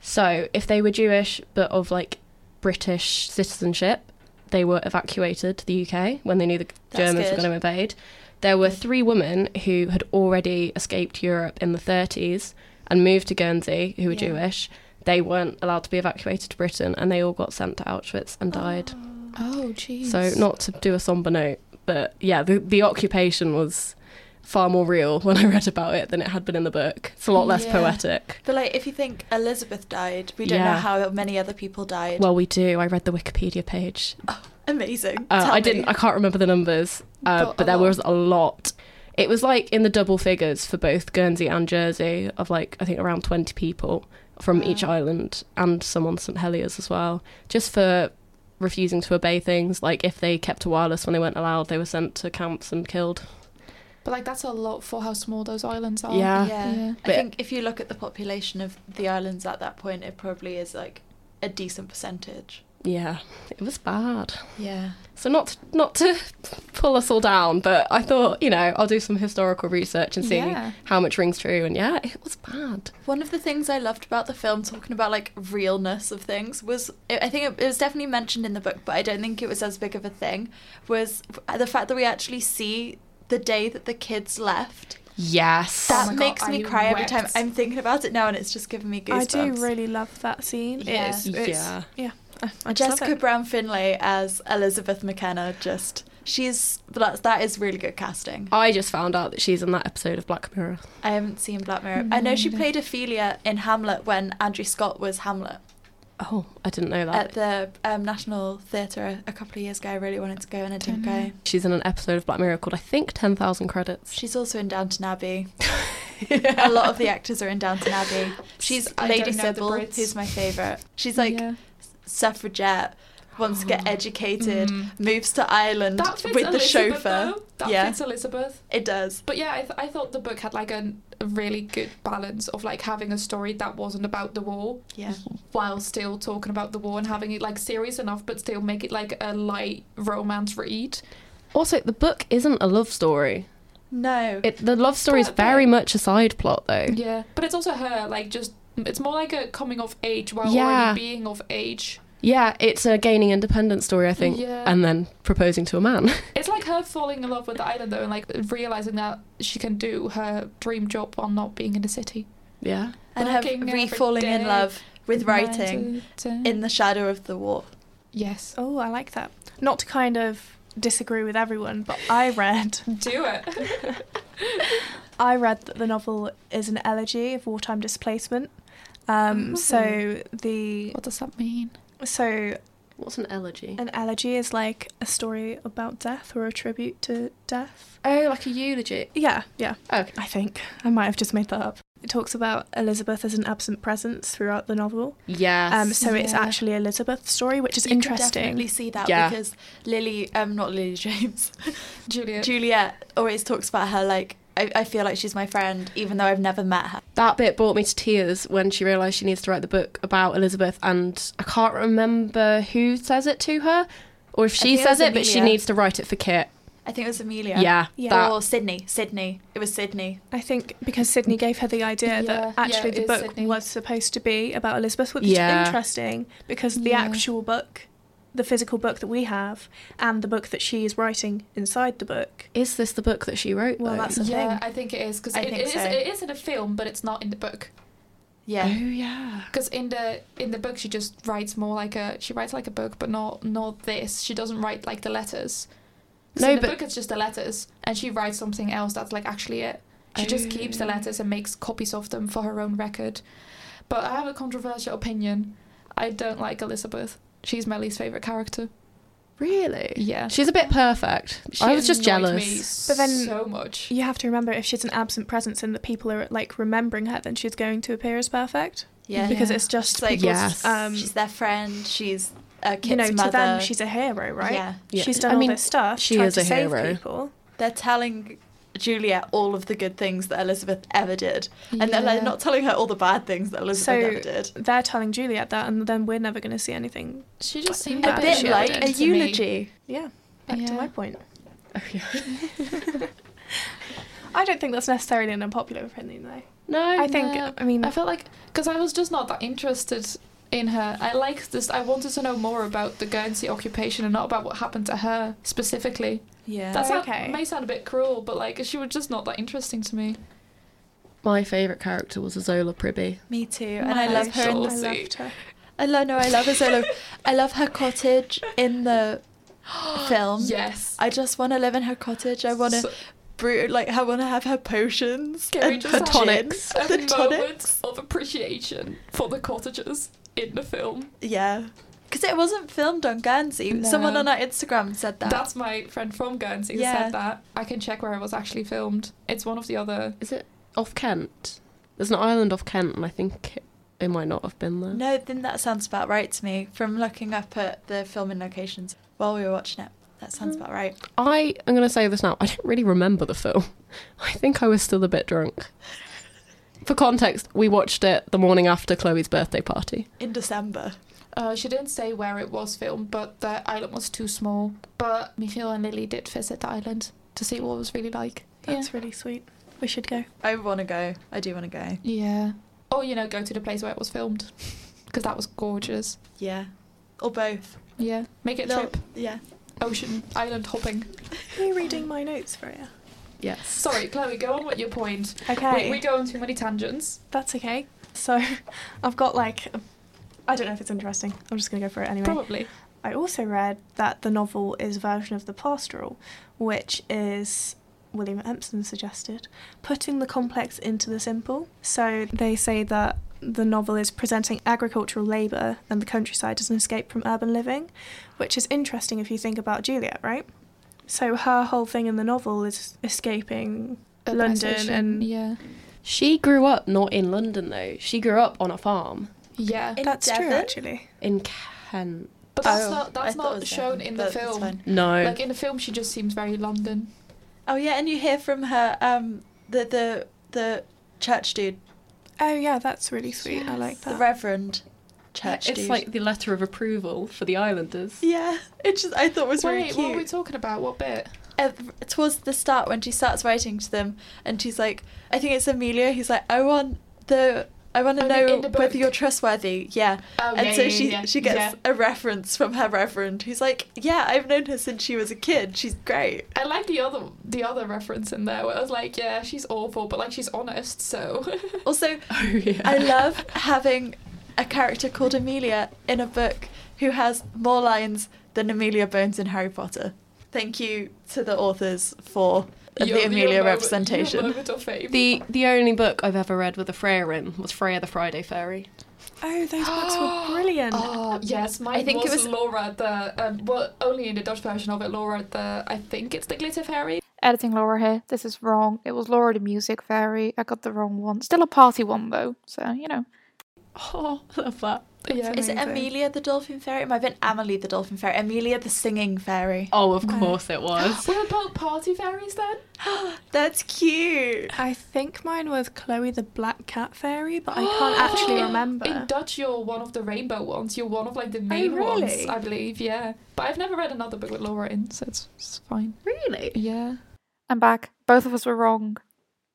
Speaker 3: So, if they were Jewish but of like British citizenship, they were evacuated to the UK when they knew the
Speaker 1: That's
Speaker 3: Germans
Speaker 1: good.
Speaker 3: were going to invade. There were three women who had already escaped Europe in the 30s and moved to Guernsey who were
Speaker 2: Yeah.
Speaker 3: Jewish. They weren't allowed to be evacuated to Britain and they all got sent to Auschwitz and died.
Speaker 2: Oh, jeez.
Speaker 3: So, not to do a somber note, but yeah, the, the occupation was far more real when I read about it than it had been in the book. It's a lot less
Speaker 2: Yeah.
Speaker 3: poetic.
Speaker 1: But like, if you think Elizabeth died, we don't know
Speaker 3: Yeah.
Speaker 1: how many other people died.
Speaker 3: Well, we do. I read the Wikipedia page.
Speaker 1: Amazing.
Speaker 3: Uh,
Speaker 1: Tell
Speaker 3: I
Speaker 1: me.
Speaker 3: didn't. I can't remember the numbers, uh,
Speaker 2: But
Speaker 3: but,
Speaker 2: a
Speaker 3: there
Speaker 2: lot.
Speaker 3: was a lot. It was like in the double figures for both Guernsey and Jersey of like I think around twenty people from each island and some on St Heliers as well, just for refusing to obey things. Like if they kept a wireless when they weren't allowed, they were sent to camps and killed.
Speaker 2: But like that's a lot for how small those islands are.
Speaker 3: Yeah.
Speaker 1: yeah.
Speaker 2: Yeah.
Speaker 1: I
Speaker 3: But-
Speaker 1: think if you look at the population of the islands at that point, it probably is like a decent percentage.
Speaker 3: Yeah, it was bad.
Speaker 1: Yeah.
Speaker 3: So not not to pull us all down, but I thought you know I'll do some historical research and see
Speaker 2: Yeah.
Speaker 3: how much rings true. And yeah, it was bad.
Speaker 1: One of the things I loved about the film, talking about like realness of things, was I I think it, it was definitely mentioned in the book, but I don't think it was as big of a thing. Was the fact that we actually see the day that the kids left.
Speaker 3: Yes.
Speaker 1: That
Speaker 4: Oh
Speaker 2: my God,
Speaker 1: makes me
Speaker 2: I
Speaker 1: cry every
Speaker 2: wept.
Speaker 1: time. I'm thinking about it now, and it's just giving me goosebumps.
Speaker 4: I do really love that scene.
Speaker 2: Yeah.
Speaker 4: It's, it's,
Speaker 3: Yeah.
Speaker 4: yeah. I- I just love
Speaker 1: Jessica
Speaker 4: it.
Speaker 1: Brown Finlay as Elizabeth McKenna. Just she's that's that is really good casting.
Speaker 3: I just found out that she's in that episode of Black Mirror.
Speaker 1: I haven't seen Black Mirror. I know she played Ophelia in Hamlet when Andrew Scott was Hamlet
Speaker 3: Oh, I didn't know that.
Speaker 1: at the um, National Theatre a couple of years ago. I really wanted to go and I didn't go.
Speaker 2: Mm-hmm.
Speaker 3: she's in an episode of Black Mirror called I think Ten Thousand Credits.
Speaker 1: She's also in Downton Abbey. A lot of the actors are in Downton Abbey. She's
Speaker 2: I
Speaker 1: Lady
Speaker 2: don't know the
Speaker 1: Sybil,
Speaker 2: Brits.
Speaker 1: who's my favourite. She's like suffragette, wants to get educated,
Speaker 2: Oh. Mm.
Speaker 1: moves to Ireland
Speaker 2: That fits
Speaker 1: with the
Speaker 2: Elizabeth,
Speaker 1: chauffeur.
Speaker 2: though. That
Speaker 1: Yeah.
Speaker 2: fits Elizabeth.
Speaker 1: It does.
Speaker 2: But yeah, I, th- I thought the book had like a, a really good balance of like having a story that wasn't about the war
Speaker 1: Yeah.
Speaker 2: while still talking about the war and having it like serious enough but still make it like a light romance read.
Speaker 3: Also, the book isn't a love story.
Speaker 1: No.
Speaker 3: It, the love story is
Speaker 2: But-
Speaker 3: very much a side plot, though.
Speaker 2: Yeah. But it's also her like just it's more like a coming of age while
Speaker 3: Yeah.
Speaker 2: already being of age.
Speaker 3: Yeah, it's a gaining independence story, I think,
Speaker 2: Yeah.
Speaker 3: and then proposing to a man.
Speaker 2: It's like her falling in love with the island though and like realizing that she can do her dream job while not being in the city.
Speaker 3: yeah.
Speaker 1: and her
Speaker 2: Working every
Speaker 1: re-falling in
Speaker 2: day,
Speaker 1: love with writing
Speaker 2: Mountain-
Speaker 1: in the shadow of the war.
Speaker 2: Yes.
Speaker 4: Oh, I like that. Not to kind of disagree with everyone, but I read
Speaker 2: Do it.
Speaker 4: I read that the novel is an elegy of wartime displacement. Um, So the
Speaker 2: What does that mean?
Speaker 4: so
Speaker 3: What's an elegy?
Speaker 4: an elegy is like a story about death or a tribute to death.
Speaker 3: Oh, like a eulogy.
Speaker 4: Yeah, yeah.
Speaker 3: Okay.
Speaker 4: I think I might have just made that up. It talks about Elizabeth as an absent presence throughout the novel.
Speaker 3: Yes.
Speaker 4: Um, so it's
Speaker 2: Yeah.
Speaker 4: actually Elizabeth's story, which is
Speaker 1: You could definitely
Speaker 4: interesting.
Speaker 1: see that
Speaker 3: Yeah.
Speaker 1: because Lily, um, not Lily James,
Speaker 2: Juliet.
Speaker 1: Juliet always talks about her like I, I feel like she's my friend even though I've never met her.
Speaker 3: that bit brought me to tears when she realised she needs to write the book about Elizabeth, and I can't remember who says it to her, or if she
Speaker 1: think it
Speaker 3: says
Speaker 1: was
Speaker 3: it, but she
Speaker 1: Amelia.
Speaker 3: needs to write it for Kit.
Speaker 1: I think it was Amelia.
Speaker 3: Yeah,
Speaker 4: Yeah.
Speaker 3: that-
Speaker 1: Or Sydney. Sydney. It was Sydney.
Speaker 4: I think because Sydney gave her the
Speaker 2: Yeah,
Speaker 4: idea that actually
Speaker 2: yeah,
Speaker 4: the
Speaker 2: it is
Speaker 4: book
Speaker 2: Sydney.
Speaker 4: was supposed to be about Elizabeth, which
Speaker 3: Yeah.
Speaker 4: is interesting because the
Speaker 2: Yeah.
Speaker 4: actual book, the physical book that we have, and the book that she is writing inside the book.
Speaker 3: is this the book that she wrote?
Speaker 4: Well,
Speaker 3: though?
Speaker 4: that's- the
Speaker 2: yeah,
Speaker 4: thing.
Speaker 2: I think it is because
Speaker 1: I
Speaker 2: it,
Speaker 1: think
Speaker 2: it is-
Speaker 1: so.
Speaker 2: it is in a film, but it's not in the book.
Speaker 3: oh
Speaker 1: Yeah.
Speaker 3: yeah.
Speaker 2: Because in the in the book, she just writes more like a she writes like a book, but not not this. She doesn't write like the letters. 'Cause
Speaker 3: No,
Speaker 2: in the
Speaker 3: but-
Speaker 2: book it's just the letters, and she writes something else that's like actually it. She just keeps the
Speaker 3: Oh.
Speaker 2: letters and makes copies of them for her own record. But I have a controversial opinion. I don't like Elizabeth. She's my least favorite character.
Speaker 3: Really?
Speaker 2: Yeah,
Speaker 3: She's a bit perfect.
Speaker 2: She
Speaker 3: I was just
Speaker 2: annoyed me
Speaker 3: jealous.
Speaker 4: But then-
Speaker 2: so much.
Speaker 4: You have to remember if she's an absent presence and the people are like remembering her, then she's going to appear as perfect
Speaker 1: Yeah.
Speaker 4: because
Speaker 2: Yeah.
Speaker 4: it's just
Speaker 1: It's like
Speaker 4: people's,
Speaker 3: Yes.
Speaker 4: um,
Speaker 1: she's their friend. She's a kid's
Speaker 4: you know
Speaker 1: mother.
Speaker 4: to them she's a hero, right?
Speaker 1: Yeah.
Speaker 3: Yeah.
Speaker 4: She's done
Speaker 3: I mean,
Speaker 4: all this stuff.
Speaker 3: she
Speaker 4: tried
Speaker 3: is
Speaker 4: to
Speaker 3: a
Speaker 4: save
Speaker 3: hero.
Speaker 4: people.
Speaker 1: They're telling Juliet all of the good things that Elizabeth ever did, and then they're
Speaker 2: Yeah.
Speaker 1: not telling her all the bad things that
Speaker 4: So
Speaker 1: Elizabeth ever did.
Speaker 4: they're telling Juliet that, and then we're never going to see anything.
Speaker 2: She just seemed
Speaker 4: A
Speaker 1: A
Speaker 4: bad
Speaker 1: bit
Speaker 4: shit
Speaker 1: like
Speaker 4: did
Speaker 1: a
Speaker 2: to me.
Speaker 1: eulogy.
Speaker 4: Yeah, back to
Speaker 2: Yeah.
Speaker 4: my point.
Speaker 3: Oh, yeah.
Speaker 4: I don't think that's necessarily an unpopular opinion, though.
Speaker 3: No,
Speaker 4: I think,
Speaker 2: no.
Speaker 4: I mean,
Speaker 2: I felt like because I was just not that interested in her. I liked this. I wanted to know more about the Guernsey occupation and not about what happened to her specifically.
Speaker 1: Yeah.
Speaker 2: That's that
Speaker 4: Okay.
Speaker 2: may sound a bit cruel, but like she was just not that interesting to me.
Speaker 3: my favourite character was Azola Pribby.
Speaker 1: me too, and I
Speaker 2: Nice.
Speaker 1: love her.
Speaker 4: I
Speaker 1: In
Speaker 2: Sure.
Speaker 1: the,
Speaker 2: Saucy.
Speaker 4: loved her.
Speaker 1: I love no, I love her solo. I love her cottage in the film.
Speaker 2: Yes.
Speaker 1: I just want to live in her cottage. I want to
Speaker 2: So-
Speaker 1: brew, like, I want to have her potions
Speaker 2: Can we
Speaker 1: and
Speaker 2: just
Speaker 1: her
Speaker 2: have
Speaker 1: tonics.
Speaker 2: a
Speaker 1: The
Speaker 2: moment
Speaker 1: tonics.
Speaker 2: of appreciation for the cottagers in the film.
Speaker 1: Yeah. Because it wasn't filmed on Guernsey. Someone
Speaker 2: No.
Speaker 1: on our Instagram said that.
Speaker 2: That's my friend from Guernsey who
Speaker 1: Yeah.
Speaker 2: said that. I can check where it was actually filmed. It's one of the other.
Speaker 3: Is it off Kent? There's an island off Kent, and I think it, it might not have been there.
Speaker 1: no, then that sounds about right to me from looking up at the filming locations while we were watching it. That sounds about right.
Speaker 3: I am going to say this now. I don't really remember the film. I think I was still a bit drunk. For context, we watched it the morning after Chloe's birthday party.
Speaker 1: In December.
Speaker 2: Uh, she didn't say where it was filmed, but the island was too small. But Michiel and Lily did visit the island to see what it was really like.
Speaker 4: That's really sweet. We should go.
Speaker 1: I want to go. I do want to go.
Speaker 2: Yeah. Or, you know, go to the place where it was filmed. Because that was gorgeous.
Speaker 1: Yeah. Or both.
Speaker 2: Yeah. Make it a
Speaker 1: Little-
Speaker 2: trip.
Speaker 1: Yeah.
Speaker 2: Ocean island hopping.
Speaker 4: Are you reading my notes for you?
Speaker 3: Yes.
Speaker 2: Sorry, Chloe, go on with your point.
Speaker 4: Okay.
Speaker 2: We, we go on too many tangents.
Speaker 4: That's okay. So I've got like, a- I don't know if it's interesting. I'm just going to go for it anyway.
Speaker 2: Probably.
Speaker 4: I also read that the novel is a version of The Pastoral, which is, William Empson suggested, putting the complex into the simple. So they say that the novel is presenting agricultural labour and the countryside as an escape from urban living, which is interesting if you think about Juliet, right? So her whole thing in the novel is escaping London
Speaker 2: Urbanisation,
Speaker 4: and
Speaker 2: Yeah.
Speaker 3: She grew up not in London though. She grew up on a farm
Speaker 2: Yeah.
Speaker 1: In
Speaker 4: that's true
Speaker 1: Devon?
Speaker 4: actually.
Speaker 3: in Kent.
Speaker 2: But that's
Speaker 1: Oh,
Speaker 2: not
Speaker 1: I
Speaker 2: that's
Speaker 1: thought it
Speaker 2: not
Speaker 1: was
Speaker 2: shown
Speaker 1: Devon,
Speaker 2: in the
Speaker 1: but it's
Speaker 2: film.
Speaker 1: fine.
Speaker 3: No.
Speaker 2: Like in the film, she just seems very London.
Speaker 1: Oh yeah, and you hear from her um the the the church dude,
Speaker 4: Oh yeah, that's really sweet. I like
Speaker 1: the
Speaker 4: that.
Speaker 1: Reverend church
Speaker 3: it's
Speaker 1: dude.
Speaker 3: like the letter of approval for the islanders.
Speaker 1: yeah, it just I thought was very
Speaker 2: Wait, what
Speaker 1: cute.
Speaker 2: were we talking about? What bit?
Speaker 1: Uh, towards the start when she starts writing to them, and she's like, I think it's Amelia. He's like, I want the. I want to
Speaker 2: Oh, in
Speaker 1: know
Speaker 2: the
Speaker 1: whether
Speaker 2: book.
Speaker 1: you're trustworthy. Yeah.
Speaker 2: Oh,
Speaker 1: and
Speaker 2: yeah,
Speaker 1: so
Speaker 2: yeah,
Speaker 1: she
Speaker 2: yeah,
Speaker 1: she gets
Speaker 2: yeah.
Speaker 1: a reference from her reverend who's like, Yeah, I've known her since she was a kid. She's great.
Speaker 2: I like the other the other reference in there where I was like, yeah, she's awful, but like she's honest, so
Speaker 1: Also,
Speaker 3: Oh yeah.
Speaker 1: I love having a character called Amelia in a book who has more lines than Amelia Bones in Harry Potter. Thank you to the authors for
Speaker 2: Your-
Speaker 1: the
Speaker 2: your
Speaker 1: Amelia
Speaker 2: moment- Your
Speaker 1: representation.
Speaker 2: moment of fame.
Speaker 3: the the only book I've ever read with a Freya in was Freya the Friday Fairy.
Speaker 4: Oh, those books were brilliant.
Speaker 2: Oh yes, mine
Speaker 1: I think it
Speaker 2: was,
Speaker 1: was-
Speaker 2: Laura the um, well only in the Dutch version of it. Laura the I think it's the glitter fairy.
Speaker 5: Editing Laura here. This is wrong. It was Laura the Music Fairy. I got the wrong one. Still a party one though, so you know.
Speaker 3: Oh, I love that.
Speaker 2: Yeah,
Speaker 1: Is it Amelia the dolphin fairy? It might have been Amelie the dolphin fairy. Amelia the singing fairy.
Speaker 3: Oh, of course it was.
Speaker 2: We're both party fairies then.
Speaker 1: That's cute.
Speaker 4: I think mine was Chloe the Black Cat Fairy, but I can't actually
Speaker 2: In-
Speaker 4: remember.
Speaker 2: In Dutch, you're one of the rainbow ones. You're one of like the main ones,
Speaker 4: Oh, really?
Speaker 2: I believe. Yeah, but I've never read another book with Laura in, so it's, it's fine.
Speaker 3: really?
Speaker 2: Yeah.
Speaker 5: I'm back. Both of us were wrong.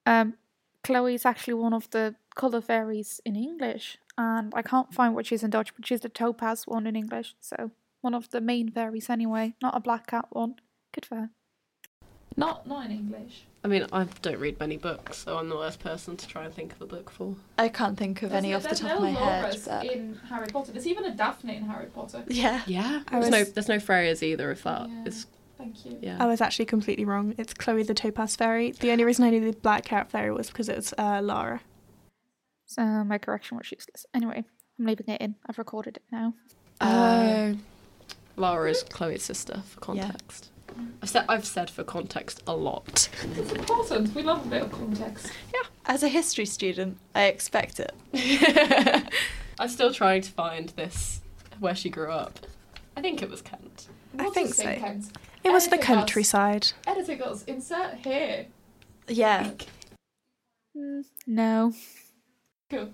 Speaker 5: Um, Chloe's actually one of the colour fairies in English, and I can't find what she's in Dutch, but she's the topaz one in English, so one of the main fairies anyway, not a black cat one. Good for her.
Speaker 2: Not not in English.
Speaker 3: I mean, I don't read many books, so I'm the worst person to try and think of a book for.
Speaker 1: I can't think of any off the
Speaker 2: There's
Speaker 1: top of
Speaker 2: no
Speaker 1: my head.
Speaker 2: Lauras
Speaker 1: but-
Speaker 2: in Harry Potter. There's even a Daphne in Harry Potter.
Speaker 1: Yeah.
Speaker 3: Yeah.
Speaker 4: I
Speaker 3: There's
Speaker 4: was- Um,
Speaker 3: no there's no Freyas either if that
Speaker 2: Yeah.
Speaker 3: is-
Speaker 2: Thank you.
Speaker 3: yeah.
Speaker 4: I was actually completely wrong. It's Chloe the Topaz Fairy. The only reason I knew the Black Cat Fairy was because it was uh, Lara.
Speaker 5: So my correction was useless. Anyway, I'm leaving it in. I've recorded it now.
Speaker 1: Oh.
Speaker 3: Uh,
Speaker 1: Um,
Speaker 3: Lara is Chloe's sister for context. I've said I've said for context a lot.
Speaker 2: It's important. We love a bit of context.
Speaker 1: As a history student, I expect it.
Speaker 3: I'm still trying to find this where she grew up. I think it was Kent.
Speaker 4: I
Speaker 2: What
Speaker 4: think
Speaker 2: is
Speaker 4: so.
Speaker 2: St. Kent's?
Speaker 4: It was the
Speaker 2: Anything else?
Speaker 4: countryside.
Speaker 2: Editing us. Insert here.
Speaker 1: Yeah.
Speaker 5: Mm, no.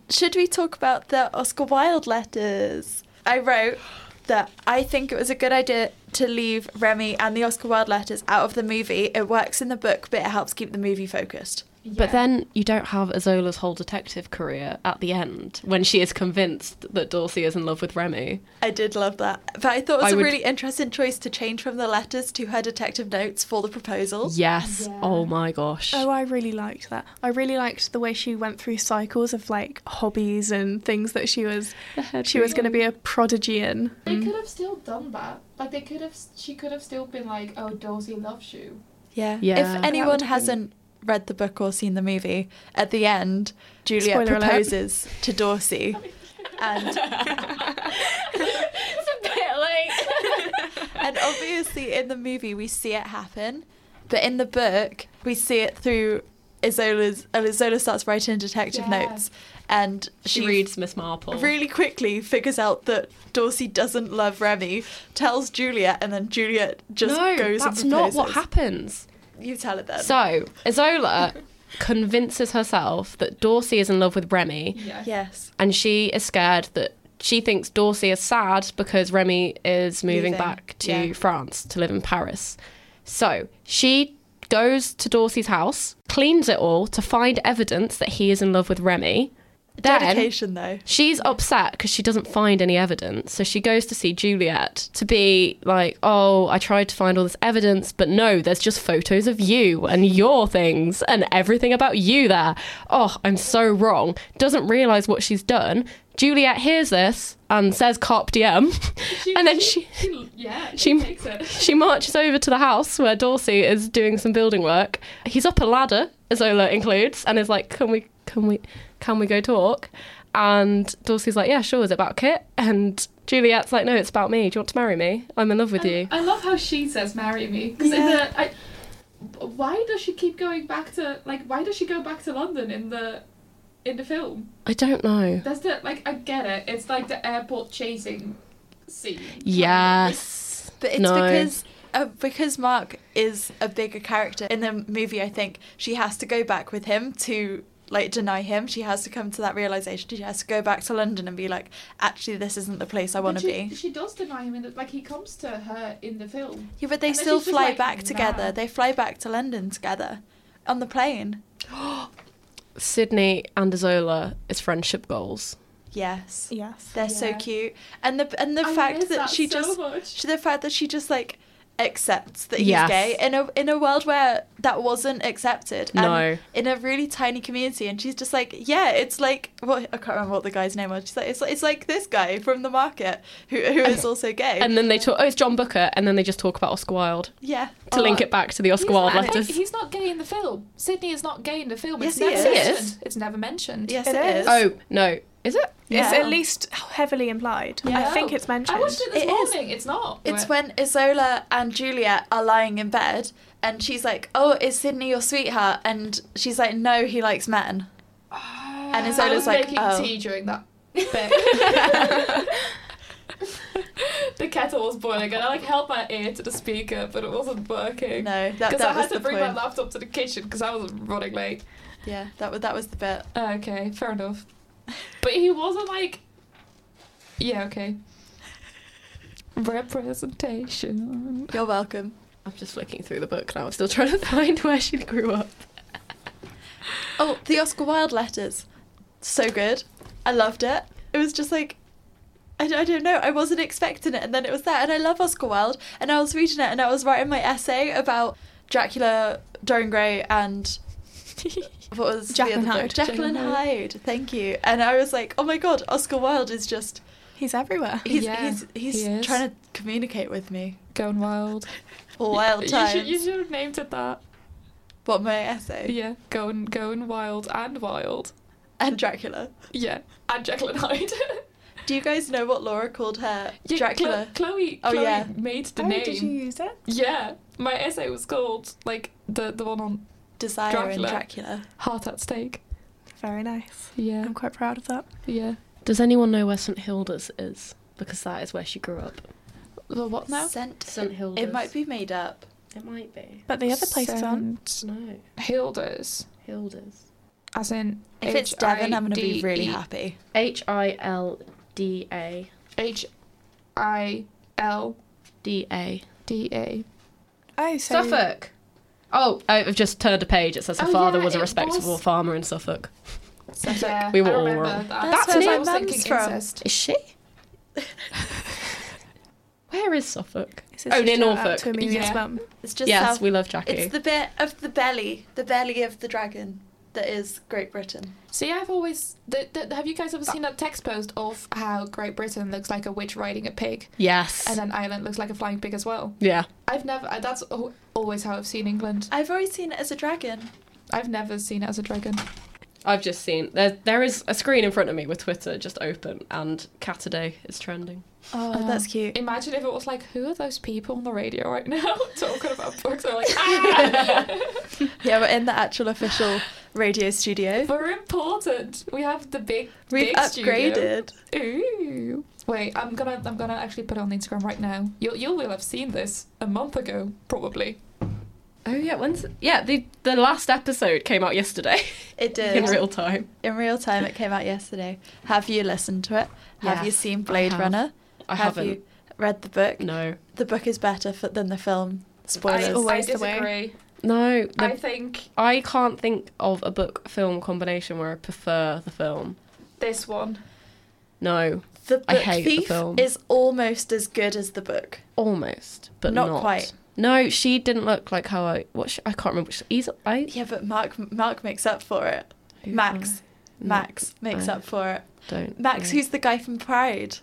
Speaker 1: Should we talk about the Oscar Wilde letters? I wrote that I think it was a good idea to leave Remy and the Oscar Wilde letters out of the movie. It works in the book, but it helps keep the movie focused.
Speaker 3: But then you don't have Azola's whole detective career at the end when she is convinced that Dorsey is in love with Remy.
Speaker 1: I did love that. But I thought it was
Speaker 3: I
Speaker 1: a
Speaker 3: would-
Speaker 1: really interesting choice to change from the letters to her detective notes for the proposal.
Speaker 3: Yes. Oh my gosh.
Speaker 4: Oh, I really liked that. I really liked the way she went through cycles of like hobbies and things that she was she was going to be a prodigy in.
Speaker 2: They could have still done that. Like they could have. She could have still been like, "Oh, Dorsey loves you."
Speaker 1: Yeah.
Speaker 3: Yeah.
Speaker 1: If anyone hasn't read the book or seen the movie, at the end, Juliet
Speaker 4: Spoiler alert.
Speaker 1: proposes to Dorsey. And, and obviously, in the movie, we see it happen. But in the book, we see it through Isola's. uh, Isola starts writing detective
Speaker 2: Yeah.
Speaker 1: notes. And
Speaker 3: she, reads Miss Marple.
Speaker 1: really quickly figures out that Dorsey doesn't love Remy, tells Juliet, and then Juliet just
Speaker 3: no,
Speaker 1: goes Uh,
Speaker 3: that's
Speaker 1: and
Speaker 3: not
Speaker 1: proposes.
Speaker 3: what happens.
Speaker 1: You tell it then.
Speaker 3: So Isola convinces herself that Dorsey is in love with Remy,
Speaker 2: Yeah.
Speaker 1: yes.
Speaker 3: and she is scared that she thinks Dorsey is sad because Remy is moving
Speaker 1: Leaving,
Speaker 3: back to
Speaker 1: yeah.
Speaker 3: France to live in Paris. So she goes to Dorsey's house, cleans it all to find evidence that he is in love with Remy. Then
Speaker 1: Dedication, though.
Speaker 3: she's upset because she doesn't find any evidence. So she goes to see Juliet to be like, oh, I tried to find all this evidence, but no, there's just photos of you and your things and everything about you there. Oh, I'm so wrong. Doesn't realise what she's done. Juliet hears this and says, Cop DM. and then she
Speaker 2: She, yeah. She,
Speaker 3: She-
Speaker 2: takes it.
Speaker 3: she marches over to the house where Dorsey is doing some building work. He's up a ladder, Zola includes, and is like, "Can we, can we, can we go talk?" And Dorsey's like, "Yeah, sure. Is it about Kit?" And Juliet's like, "No, it's about me. Do you want to marry me? I'm in love with you."
Speaker 2: I love how she says, "Marry me," because I. Why does she keep going back to like? Why does she go back to London in the, in the film?
Speaker 3: I don't know.
Speaker 2: That's the like. I get it. It's like the airport chasing scene.
Speaker 3: Yes.
Speaker 1: But it's
Speaker 3: No.
Speaker 1: because uh, because Mark is a bigger character in the movie. I think she has to go back with him to like deny him. She has to come to that realization. She has to go back to London and be like, actually, this isn't the place I
Speaker 2: But
Speaker 1: want to
Speaker 2: she,
Speaker 1: be.
Speaker 2: She does deny him in the like. He comes to her in the film.
Speaker 1: Yeah, but they
Speaker 2: And then
Speaker 1: still
Speaker 2: she's just
Speaker 1: fly
Speaker 2: like,
Speaker 1: back together.
Speaker 2: "Nah."
Speaker 1: They fly back to London together on the plane.
Speaker 3: Sydney and Zola is friendship goals.
Speaker 1: Yes,
Speaker 4: Yes.
Speaker 1: they're so
Speaker 2: Yeah.
Speaker 1: cute. And the and the
Speaker 2: I
Speaker 1: fact
Speaker 2: miss
Speaker 1: that, she
Speaker 2: so
Speaker 1: just
Speaker 2: much.
Speaker 1: the fact that she just like accepts that he's
Speaker 3: Yes.
Speaker 1: gay in a in a world where that wasn't accepted and
Speaker 3: No.
Speaker 1: in a really tiny community and she's just like yeah it's like what I can't remember what the guy's name was she's like it's, it's like this guy from the market who who is also gay
Speaker 3: And then they talk. Oh, it's John Booker, and then they just talk about Oscar Wilde
Speaker 1: yeah
Speaker 3: to link it back to the Oscar Wilde
Speaker 2: not,
Speaker 3: letters.
Speaker 2: He's not gay in the film. Sydney is not gay in the film.
Speaker 1: Yes,
Speaker 2: It's
Speaker 1: he
Speaker 2: never
Speaker 1: is.
Speaker 3: Yes, he is.
Speaker 2: mentioned. It's never mentioned.
Speaker 1: yes
Speaker 4: It
Speaker 1: it
Speaker 4: is.
Speaker 1: is
Speaker 3: Oh no, is it?
Speaker 1: Yeah.
Speaker 4: It's at least heavily implied. I
Speaker 2: Yeah.
Speaker 4: think it's mentioned.
Speaker 2: I watched it this
Speaker 1: It is.
Speaker 2: morning. It's not.
Speaker 1: It's when Isola and Juliet are lying in bed and she's like, Oh, is Sydney your sweetheart? And she's like, No, he likes men. and
Speaker 2: Ah, I
Speaker 1: Isola's
Speaker 2: was
Speaker 1: like,
Speaker 2: making
Speaker 1: Oh.
Speaker 2: tea during that bit. the kettle was boiling, and I like held my ear to the speaker, but it wasn't working.
Speaker 1: No, that,
Speaker 2: Because I
Speaker 1: that was
Speaker 2: had to
Speaker 1: the
Speaker 2: bring
Speaker 1: point.
Speaker 2: my laptop to the kitchen because I was running late.
Speaker 1: Yeah, that was that was the bit.
Speaker 2: Okay, fair enough. But he wasn't like. Yeah, okay. Representation.
Speaker 1: You're welcome.
Speaker 3: I'm just flicking through the book now. I'm still trying to find where she grew up.
Speaker 1: Oh, the Oscar Wilde letters. So good. I loved it. It was just like, I, don't- I don't know, I wasn't expecting it. And then it was there. And I love Oscar Wilde. And I was reading it and I was writing my essay about Dracula, Dorian Gray, and. What was
Speaker 4: Jacqueline
Speaker 1: the other book?
Speaker 4: Hyde.
Speaker 1: Jacqueline Hyde. Thank you. And I was like, oh my god, Oscar Wilde is just
Speaker 4: He's everywhere.
Speaker 1: he's
Speaker 2: Yeah,
Speaker 1: he's he's
Speaker 2: he is.
Speaker 1: trying to communicate with me.
Speaker 2: Going wild.
Speaker 1: Wild
Speaker 2: You
Speaker 1: times.
Speaker 2: should, you should have named it that.
Speaker 1: What my essay
Speaker 2: Yeah, going going wild and wild.
Speaker 1: and Dracula.
Speaker 2: Yeah, and Jacqueline Hyde.
Speaker 1: Do you guys know what Laura called her?
Speaker 2: yeah,
Speaker 1: Dracula.
Speaker 2: Chlo- Chloe.
Speaker 1: Oh,
Speaker 2: Chloe
Speaker 1: yeah.
Speaker 2: made the
Speaker 4: oh,
Speaker 2: name.
Speaker 4: did you use it?
Speaker 2: Yeah, my essay was called like the the one on
Speaker 1: Desire and
Speaker 2: Dracula.
Speaker 1: Dracula.
Speaker 2: heart at stake.
Speaker 4: Very nice.
Speaker 2: Yeah,
Speaker 4: I'm
Speaker 1: Oh.
Speaker 4: quite proud of that.
Speaker 2: yeah.
Speaker 3: Does anyone know where St Hilda's is? Because that is where she grew up.
Speaker 2: The what now?
Speaker 1: Sent.
Speaker 3: St Hilda's.
Speaker 1: It might be made up.
Speaker 3: It might be.
Speaker 4: But the other places aren't.
Speaker 2: St.
Speaker 3: No.
Speaker 2: Hilda's,
Speaker 3: Hilda's.
Speaker 2: as in
Speaker 1: If it's Devon, I'm going to be really
Speaker 2: H I D E.
Speaker 1: happy.
Speaker 3: H I L D A.
Speaker 2: H I L
Speaker 3: D A.
Speaker 2: D E A.
Speaker 4: Oh, so
Speaker 3: Suffolk. Oh, I've just turned a page. It says her
Speaker 2: Oh,
Speaker 3: father
Speaker 2: yeah,
Speaker 3: was a
Speaker 2: it
Speaker 3: respectable
Speaker 2: was-
Speaker 3: farmer in Suffolk.
Speaker 2: Yeah,
Speaker 3: We were
Speaker 2: I
Speaker 3: all
Speaker 2: remember That.
Speaker 3: wrong.
Speaker 1: That's
Speaker 2: That's, what
Speaker 1: where
Speaker 2: I was
Speaker 1: my mum's
Speaker 2: thinking
Speaker 1: from.
Speaker 2: incest.
Speaker 3: Is she? Where is Suffolk?
Speaker 4: Is this
Speaker 3: Oh,
Speaker 4: a
Speaker 3: near
Speaker 4: shout out
Speaker 3: Norfolk.
Speaker 4: To Amelia's
Speaker 2: Yeah.
Speaker 4: mum.
Speaker 1: It's just
Speaker 3: yes,
Speaker 1: south.
Speaker 3: we love Jackie.
Speaker 1: it's the bit of the belly, the belly of the dragon that is Great Britain.
Speaker 2: See, I've always. The, the, have you guys ever seen that text post of how Great Britain looks like a witch riding a pig,
Speaker 3: yes.
Speaker 2: and then Ireland looks like a flying pig as well?
Speaker 3: yeah.
Speaker 2: I've never. I- That's al- always how I've seen England.
Speaker 1: I've always seen it as a dragon.
Speaker 2: I've never seen it as a dragon.
Speaker 3: I've just seen there. There is a screen in front of me with Twitter just open, and Catterday is trending.
Speaker 1: Oh, that's cute.
Speaker 2: Um, Imagine if it was like, who are those people on the radio right now talking about books? They're like, ah,
Speaker 1: Yeah, we're in the actual official radio studio.
Speaker 2: we're important. We have the big,
Speaker 1: We've
Speaker 2: big
Speaker 1: upgraded.
Speaker 2: Studio. Ooh. Wait, I'm gonna, I'm gonna actually put it on Instagram right now. You'll, you will have seen this a month ago, probably.
Speaker 3: Oh yeah, when's yeah the the last episode came out yesterday
Speaker 1: It did.
Speaker 3: in real time.
Speaker 1: In real time, it came out yesterday. Have you listened to it? Have you
Speaker 3: Yes,
Speaker 1: seen
Speaker 3: I
Speaker 1: Blade
Speaker 3: have.
Speaker 1: Runner?
Speaker 3: I
Speaker 1: have
Speaker 3: haven't.
Speaker 1: you read the book?
Speaker 3: No,
Speaker 1: The book is better for, than the film. Spoilers.
Speaker 2: I, I
Speaker 4: always the way.
Speaker 2: disagree.
Speaker 3: no. the-
Speaker 2: I think
Speaker 3: I can't think of a book film combination where I prefer the film.
Speaker 2: this one.
Speaker 3: No,
Speaker 1: the book
Speaker 3: I hate the
Speaker 1: Thief
Speaker 3: film.
Speaker 1: is almost as good as the book.
Speaker 3: almost, but
Speaker 1: Not
Speaker 3: not,
Speaker 1: quite.
Speaker 3: No, she ddidn't look like how I. What she, I can't remember. She, he's I.
Speaker 1: Yeah, but Mark Mark makes up for it.
Speaker 3: Who-
Speaker 1: Max
Speaker 3: no,
Speaker 1: Max makes
Speaker 3: Mm. I
Speaker 1: up for it.
Speaker 3: Don't.
Speaker 1: Max,
Speaker 3: know.
Speaker 1: who's the guy from Pride?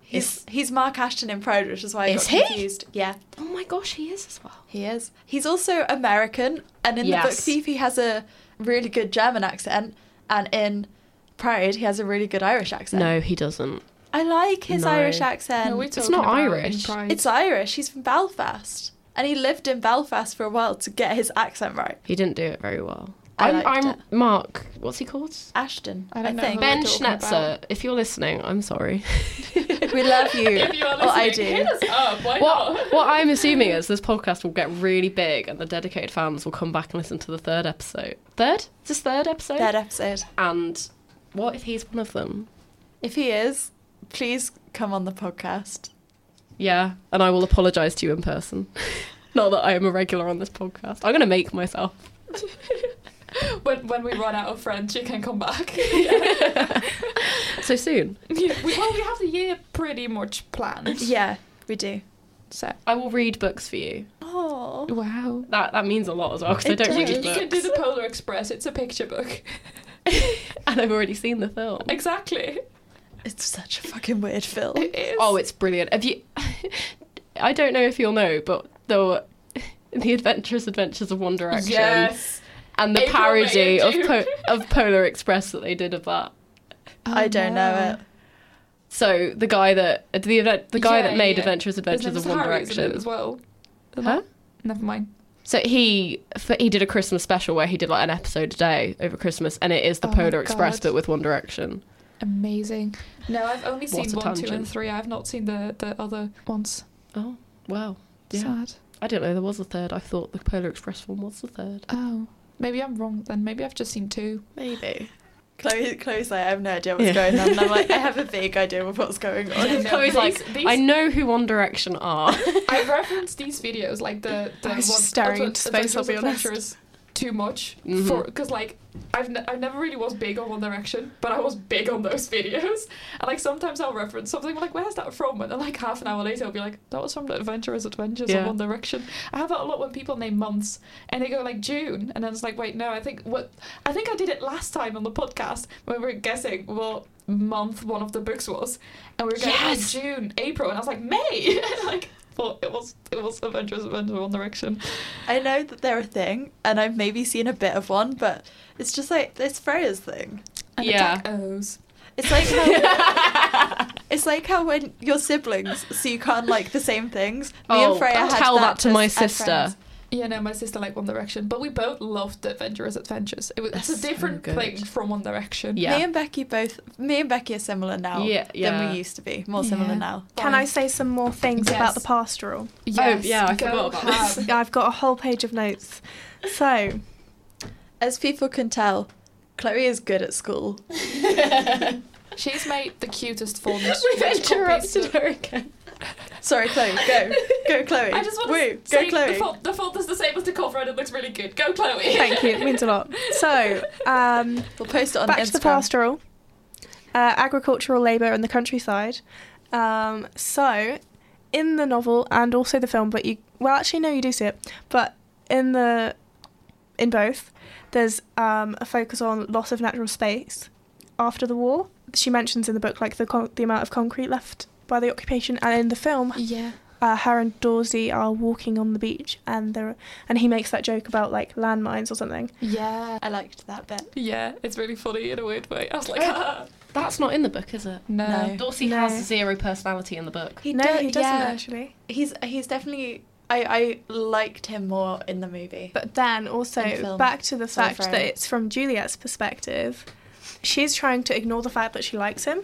Speaker 1: He's
Speaker 3: Is-
Speaker 1: he's Mark Ashton in Pride, which is why I
Speaker 3: Is
Speaker 1: got
Speaker 3: he?
Speaker 1: confused. Yeah,
Speaker 3: Oh my gosh, he is as well.
Speaker 1: he is. He's also American, and in the book
Speaker 3: Yes.
Speaker 1: Thief, he has a really good German accent, and in Pride, he has a really good Irish accent.
Speaker 3: No, he doesn't.
Speaker 1: I like his
Speaker 3: No.
Speaker 1: Irish accent.
Speaker 2: No, we're
Speaker 3: it's
Speaker 2: talking
Speaker 3: not
Speaker 2: about in
Speaker 3: Irish.
Speaker 2: Pride.
Speaker 1: It's Irish. He's from Belfast. And he lived in Belfast for a while to get his accent right.
Speaker 3: He didn't do it very well.
Speaker 1: I
Speaker 3: I'm,
Speaker 1: liked
Speaker 3: I'm
Speaker 1: it.
Speaker 3: Mark. What's he called?
Speaker 1: Ashton,
Speaker 2: I
Speaker 1: I,
Speaker 2: don't know
Speaker 1: think.
Speaker 2: who-
Speaker 3: Ben
Speaker 2: we're talking about?
Speaker 3: Schnetzer. If you're listening, I'm sorry.
Speaker 1: We love you.
Speaker 2: If you are
Speaker 1: Or I
Speaker 2: listening,
Speaker 1: do.
Speaker 2: hit us up. Why
Speaker 3: What,
Speaker 2: not?
Speaker 3: what I'm assuming is this podcast will get really big and the dedicated fans will come back and listen to the third episode. Third? Is this third episode?
Speaker 1: Third episode.
Speaker 3: And what if he's one of them?
Speaker 1: If he is, please come on the podcast.
Speaker 3: Yeah, and I will apologise to you in person. Not that I am a regular on this podcast. I'm going to make myself.
Speaker 2: When, when we run out of friends, you can come back.
Speaker 3: So soon.
Speaker 2: Yeah, we, well, we have the year pretty much planned.
Speaker 1: Yeah, we do.
Speaker 2: So.
Speaker 3: I will read books for you.
Speaker 1: Oh.
Speaker 2: Wow.
Speaker 3: That that means a lot as well because I
Speaker 1: It
Speaker 3: don't
Speaker 1: does.
Speaker 2: You
Speaker 3: read
Speaker 2: can
Speaker 3: books.
Speaker 2: do the Polar Express. It's a picture book.
Speaker 3: and I've already seen the film.
Speaker 2: Exactly.
Speaker 1: It's such a fucking weird film.
Speaker 2: It is.
Speaker 3: Oh, it's brilliant. Have you? I don't know if you'll know, but the the Adventurous Adventures of One Direction
Speaker 2: yes.
Speaker 3: and the
Speaker 2: April, May,
Speaker 3: parody of
Speaker 2: and
Speaker 3: po-
Speaker 2: June.
Speaker 3: of Polar Express that they did of that.
Speaker 1: I don't know it.
Speaker 3: So the guy that the event, the guy
Speaker 2: Yeah,
Speaker 3: that made
Speaker 2: yeah.
Speaker 3: Adventurous Adventures of One Direction.
Speaker 2: as well.
Speaker 3: Huh?
Speaker 2: Never mind.
Speaker 3: So he for, he did a Christmas special where he did like an episode a day over Christmas, and it is the
Speaker 2: Oh my
Speaker 3: Polar Express
Speaker 2: God.
Speaker 3: but with One Direction.
Speaker 2: Amazing. No, I've only
Speaker 3: What
Speaker 2: seen
Speaker 3: a
Speaker 2: one, two, and
Speaker 3: tangent.
Speaker 2: three. I've not seen the, the other ones.
Speaker 3: Oh wow! Yeah,
Speaker 2: Sad.
Speaker 3: I didn't know there was a third. I thought the Polar Express one was the third.
Speaker 2: Oh. Maybe I'm wrong then. Maybe I've just seen two.
Speaker 3: Maybe.
Speaker 1: Chloe, Chloe's like, I have no idea what's
Speaker 3: Yeah.
Speaker 1: going on. And I'm like, I have a vague idea of what's going on.
Speaker 2: Yeah, no,
Speaker 3: Chloe's like,
Speaker 2: these- these-
Speaker 3: I know who One Direction are.
Speaker 2: I reference these videos like the the
Speaker 4: I was
Speaker 2: one-
Speaker 4: just staring
Speaker 2: Advent-
Speaker 4: into space, I'll be
Speaker 2: Adventures
Speaker 4: honest.
Speaker 2: Adventures too much
Speaker 3: Mhm.
Speaker 2: for because like I've ne- I never really was big on One Direction, but I was big on those videos. And like sometimes I'll reference something like where's that from, and then like half an hour later I'll be like that was from the Adventurous Adventures of
Speaker 3: Yeah.
Speaker 2: One Direction. I have that a lot when people name months and they go like June, and then it's like wait no I think what I think I did it last time on the podcast when we were guessing what month one of the books was, and we were going "Oh,
Speaker 3: Yes!
Speaker 2: June, April, and I was like May, like. Well, it was it was Avengers Avengers One Direction.
Speaker 1: I know that they're a thing, and I've maybe seen a bit of one, but it's just like, it's Freya's thing.
Speaker 2: And
Speaker 3: Yeah.
Speaker 2: attack O's.
Speaker 1: It's like how it's like how when your siblings so you can't like the same things. Me
Speaker 3: Oh,
Speaker 1: and Freya had
Speaker 3: tell
Speaker 1: that,
Speaker 3: that to my
Speaker 1: just as
Speaker 3: sister.
Speaker 1: friends.
Speaker 2: Yeah, no, my sister liked One Direction, but we both loved the Adventurous Adventures. It was it's a
Speaker 3: That's so
Speaker 2: different
Speaker 3: good.
Speaker 2: thing from One Direction.
Speaker 3: Yeah.
Speaker 1: Me and Becky both. Me and Becky are similar now.
Speaker 3: Yeah,
Speaker 1: Than
Speaker 3: yeah.
Speaker 1: we used to be. More similar
Speaker 2: Yeah.
Speaker 1: now.
Speaker 4: Can I say some more things
Speaker 2: Yes.
Speaker 4: about the pastoral?
Speaker 2: Yes,
Speaker 3: yeah, I
Speaker 2: go
Speaker 3: forgot about this.
Speaker 2: Hab.
Speaker 4: I've got a whole page of notes. So,
Speaker 1: As people can tell, Chloe is good at school.
Speaker 2: She's made the cutest font.
Speaker 3: We've
Speaker 2: which copies
Speaker 3: interrupted
Speaker 2: the-
Speaker 3: her again.
Speaker 1: Sorry, Chloe. Go, go, Chloe.
Speaker 2: I just want
Speaker 1: Woo,
Speaker 2: to
Speaker 1: go,
Speaker 2: say the
Speaker 1: Chloe.
Speaker 2: font, the font is the same as the cover and it looks really good. Go, Chloe.
Speaker 4: thank you. It means a lot. So, um,
Speaker 1: We'll post it on
Speaker 4: back
Speaker 1: Instagram.
Speaker 4: to the pastoral, uh, agricultural labour in the countryside. Um, so, in the novel and also the film, but you well actually no, you do see it, but in the in both, there's um, a focus on loss of natural space after the war. She mentions in the book like the con- the amount of concrete left by the occupation, and in the film,
Speaker 2: Yeah.
Speaker 4: uh, her and Dorsey are walking on the beach, and there and he makes that joke about like landmines or something.
Speaker 2: Yeah.
Speaker 1: I liked that bit.
Speaker 2: Yeah, it's really funny in a weird way. I was like,
Speaker 3: Oh.
Speaker 2: ah.
Speaker 3: That's not in the book, is it?
Speaker 2: No.
Speaker 1: No.
Speaker 3: Dorsey
Speaker 4: No.
Speaker 3: has zero personality in the book.
Speaker 1: He
Speaker 4: no,
Speaker 1: do-
Speaker 4: he doesn't
Speaker 1: yeah.
Speaker 4: actually.
Speaker 1: He's he's definitely. I I liked him more in the movie.
Speaker 4: But then
Speaker 1: In
Speaker 4: also
Speaker 1: film.
Speaker 4: back to the
Speaker 1: So
Speaker 4: fact that
Speaker 1: frail.
Speaker 4: it's from Juliet's perspective, she's trying to ignore the fact that she likes him.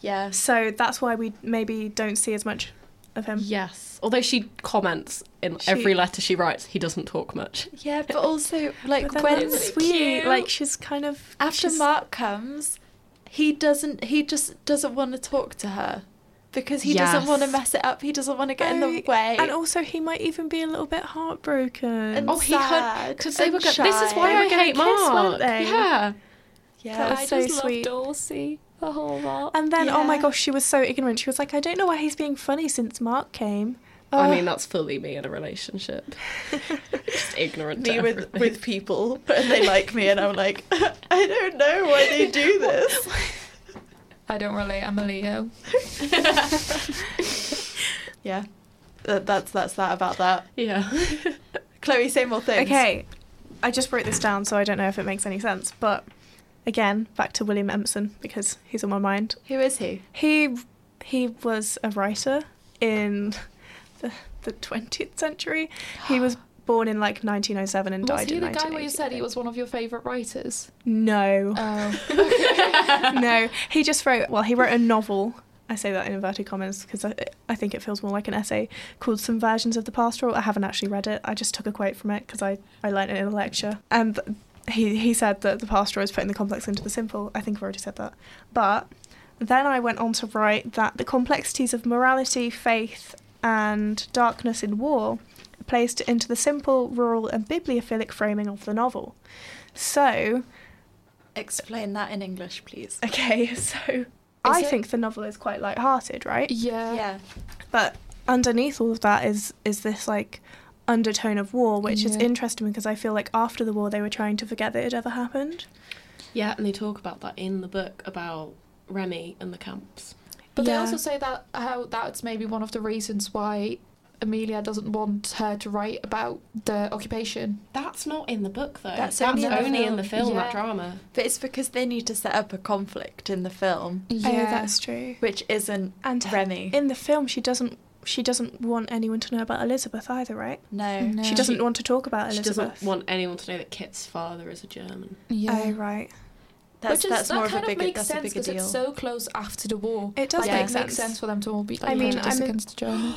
Speaker 1: yeah.
Speaker 4: So that's why we maybe don't see as much of
Speaker 1: Um,
Speaker 4: him.
Speaker 3: Yes. Although she comments in
Speaker 4: She-
Speaker 3: every letter she writes, he doesn't talk much.
Speaker 1: Yeah, but also like
Speaker 4: But then
Speaker 1: when
Speaker 4: that's
Speaker 2: it's
Speaker 4: sweet.
Speaker 2: cute.
Speaker 4: Like she's kind of
Speaker 1: after
Speaker 4: she's-
Speaker 1: Mark comes, he doesn't. He just doesn't want to talk to her because he doesn't
Speaker 3: Yes.
Speaker 1: want to mess it up. He doesn't want to get in the
Speaker 4: Oh,
Speaker 1: way.
Speaker 4: And also he might even be a little bit heartbroken.
Speaker 1: And
Speaker 3: Oh, he
Speaker 1: sad
Speaker 3: had because they
Speaker 1: and
Speaker 3: were. Go- this is
Speaker 1: shy.
Speaker 3: why
Speaker 4: They were
Speaker 3: I
Speaker 4: gonna
Speaker 3: hate
Speaker 4: kiss, weren't
Speaker 3: Mark.
Speaker 4: they?
Speaker 3: Yeah.
Speaker 1: yeah.
Speaker 4: was
Speaker 2: I
Speaker 4: so
Speaker 2: just
Speaker 4: sweet.
Speaker 2: love Dorsey the whole lot.
Speaker 4: And then oh my
Speaker 1: Yeah.
Speaker 4: gosh, she was so ignorant. She was like, I don't know why he's being funny since Mark came. Oh,
Speaker 3: I
Speaker 1: Oh.
Speaker 4: Ugh.
Speaker 3: mean, that's fully me in a relationship. Just ignorant.
Speaker 1: me
Speaker 3: to
Speaker 1: with
Speaker 3: everything.
Speaker 1: with people and they like me and I'm like I don't know why they do this.
Speaker 2: I don't relate. I'm a Leo.
Speaker 1: yeah. That, that's that's that about that.
Speaker 3: Yeah.
Speaker 1: Chloe, say more things.
Speaker 4: Okay, I just wrote this down, so I don't know if it makes any sense. But again, back to William Empson because he's on my mind.
Speaker 1: Who is he?
Speaker 4: He he was a writer in the the twentieth century. He was born in like 1907 and
Speaker 2: Was
Speaker 4: died
Speaker 2: he
Speaker 4: in
Speaker 2: the guy where you
Speaker 4: 1980,
Speaker 2: said
Speaker 4: I
Speaker 2: he
Speaker 4: think.
Speaker 2: was one of your favourite writers?
Speaker 4: No,
Speaker 2: Oh.
Speaker 4: no. He just wrote. Well, he wrote a novel. I say that in inverted commas because I, I think it feels more like an essay called "Some Versions of the Pastoral." I haven't actually read it. I just took a quote from it because I I learnt it in a lecture. And he he said that the pastoral is putting the complex into the simple. I think I've already said that. But then I went on to write that the complexities of morality, faith, and darkness in war are placed into the simple, rural, and bibliophilic framing of the novel. So
Speaker 1: Explain that in English, please.
Speaker 4: Okay, so I
Speaker 2: it-
Speaker 4: think the novel is quite light-hearted, right?
Speaker 2: yeah.
Speaker 1: Yeah.
Speaker 4: But underneath all of that is is this like undertone of war, which is
Speaker 2: Yeah.
Speaker 4: interesting because I feel like after the war they were trying to forget that it ever happened.
Speaker 3: Yeah, and they talk about that in the book about Remy and the camps.
Speaker 2: But they
Speaker 4: Yeah.
Speaker 2: also say that how that's maybe one of the reasons why Amelia doesn't want her to write about the occupation.
Speaker 3: That's not in the book though.
Speaker 1: That's
Speaker 3: That's,
Speaker 1: only in the
Speaker 3: only in
Speaker 1: film.
Speaker 3: the film.
Speaker 2: Yeah.
Speaker 3: That drama.
Speaker 1: But it's because they need to set up a conflict in the film,
Speaker 4: Oh, that's true.
Speaker 1: which isn't
Speaker 4: And her-
Speaker 1: Remy.
Speaker 4: in the film, she doesn't she doesn't want anyone to know about Elizabeth either, right?
Speaker 1: no.
Speaker 2: No.
Speaker 4: She doesn't want to talk about
Speaker 3: She
Speaker 4: Elizabeth.
Speaker 3: doesn't want anyone to know that Kit's father is a German.
Speaker 2: yeah.
Speaker 4: Oh right.
Speaker 1: That's
Speaker 2: Which is,
Speaker 1: that's more
Speaker 2: that kind
Speaker 1: of a bigger
Speaker 2: makes
Speaker 1: that's a
Speaker 2: sense
Speaker 1: bigger
Speaker 2: because
Speaker 1: deal.
Speaker 2: it's so close after the war.
Speaker 4: It does
Speaker 2: like,
Speaker 1: make
Speaker 2: it
Speaker 4: sense.
Speaker 2: makes sense for them to all be like
Speaker 4: I mean,
Speaker 2: prejudiced
Speaker 4: I'm in-
Speaker 2: against Germany.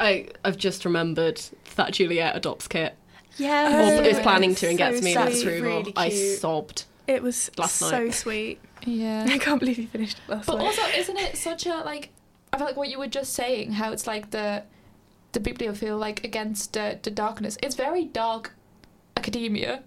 Speaker 3: I I've just remembered that Juliet adopts Kit
Speaker 1: yeah.
Speaker 3: or
Speaker 4: Oh,
Speaker 3: is planning to and
Speaker 4: so
Speaker 3: gets me
Speaker 4: sweet.
Speaker 3: in disapproval.
Speaker 1: Really
Speaker 3: I
Speaker 1: cute.
Speaker 3: sobbed.
Speaker 4: It was
Speaker 3: Last
Speaker 4: so
Speaker 3: night.
Speaker 4: sweet. I
Speaker 2: Yeah.
Speaker 4: can't believe you finished it last
Speaker 2: but
Speaker 4: night.
Speaker 2: also, isn't it such a like? I feel like what you were just saying, how it's like the the bibliophile like against the, the darkness. It's very dark academia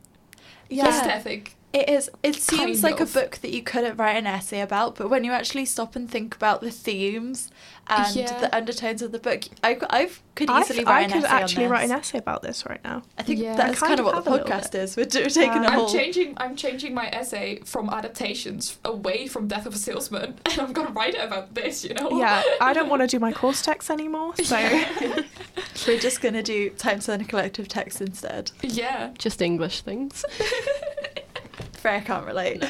Speaker 2: aesthetic.
Speaker 1: It is. It seems
Speaker 2: Kind
Speaker 1: like
Speaker 2: of.
Speaker 1: a book that you couldn't write an essay about, but when you actually stop and think about the themes and
Speaker 2: Yeah.
Speaker 1: the undertones of the book, I, I could
Speaker 4: I-
Speaker 1: easily
Speaker 4: I
Speaker 1: write an
Speaker 4: could
Speaker 1: essay on
Speaker 4: actually
Speaker 1: this.
Speaker 4: write an essay about this right now.
Speaker 1: I think
Speaker 2: Yeah.
Speaker 1: that's
Speaker 4: I
Speaker 1: kind
Speaker 4: kind
Speaker 1: of
Speaker 4: of
Speaker 1: what the
Speaker 4: have a little
Speaker 1: podcast is. We're do- taking a
Speaker 4: Um,
Speaker 2: I'm
Speaker 1: whole.
Speaker 2: changing. I'm changing my essay from adaptations away from Death of a Salesman, and I'm gonna write it about this. You know.
Speaker 4: yeah, I don't want to do my course text anymore. So
Speaker 1: We're just gonna do Times and Collective Text instead.
Speaker 2: Yeah.
Speaker 3: Just English things.
Speaker 1: Fair, can't relate.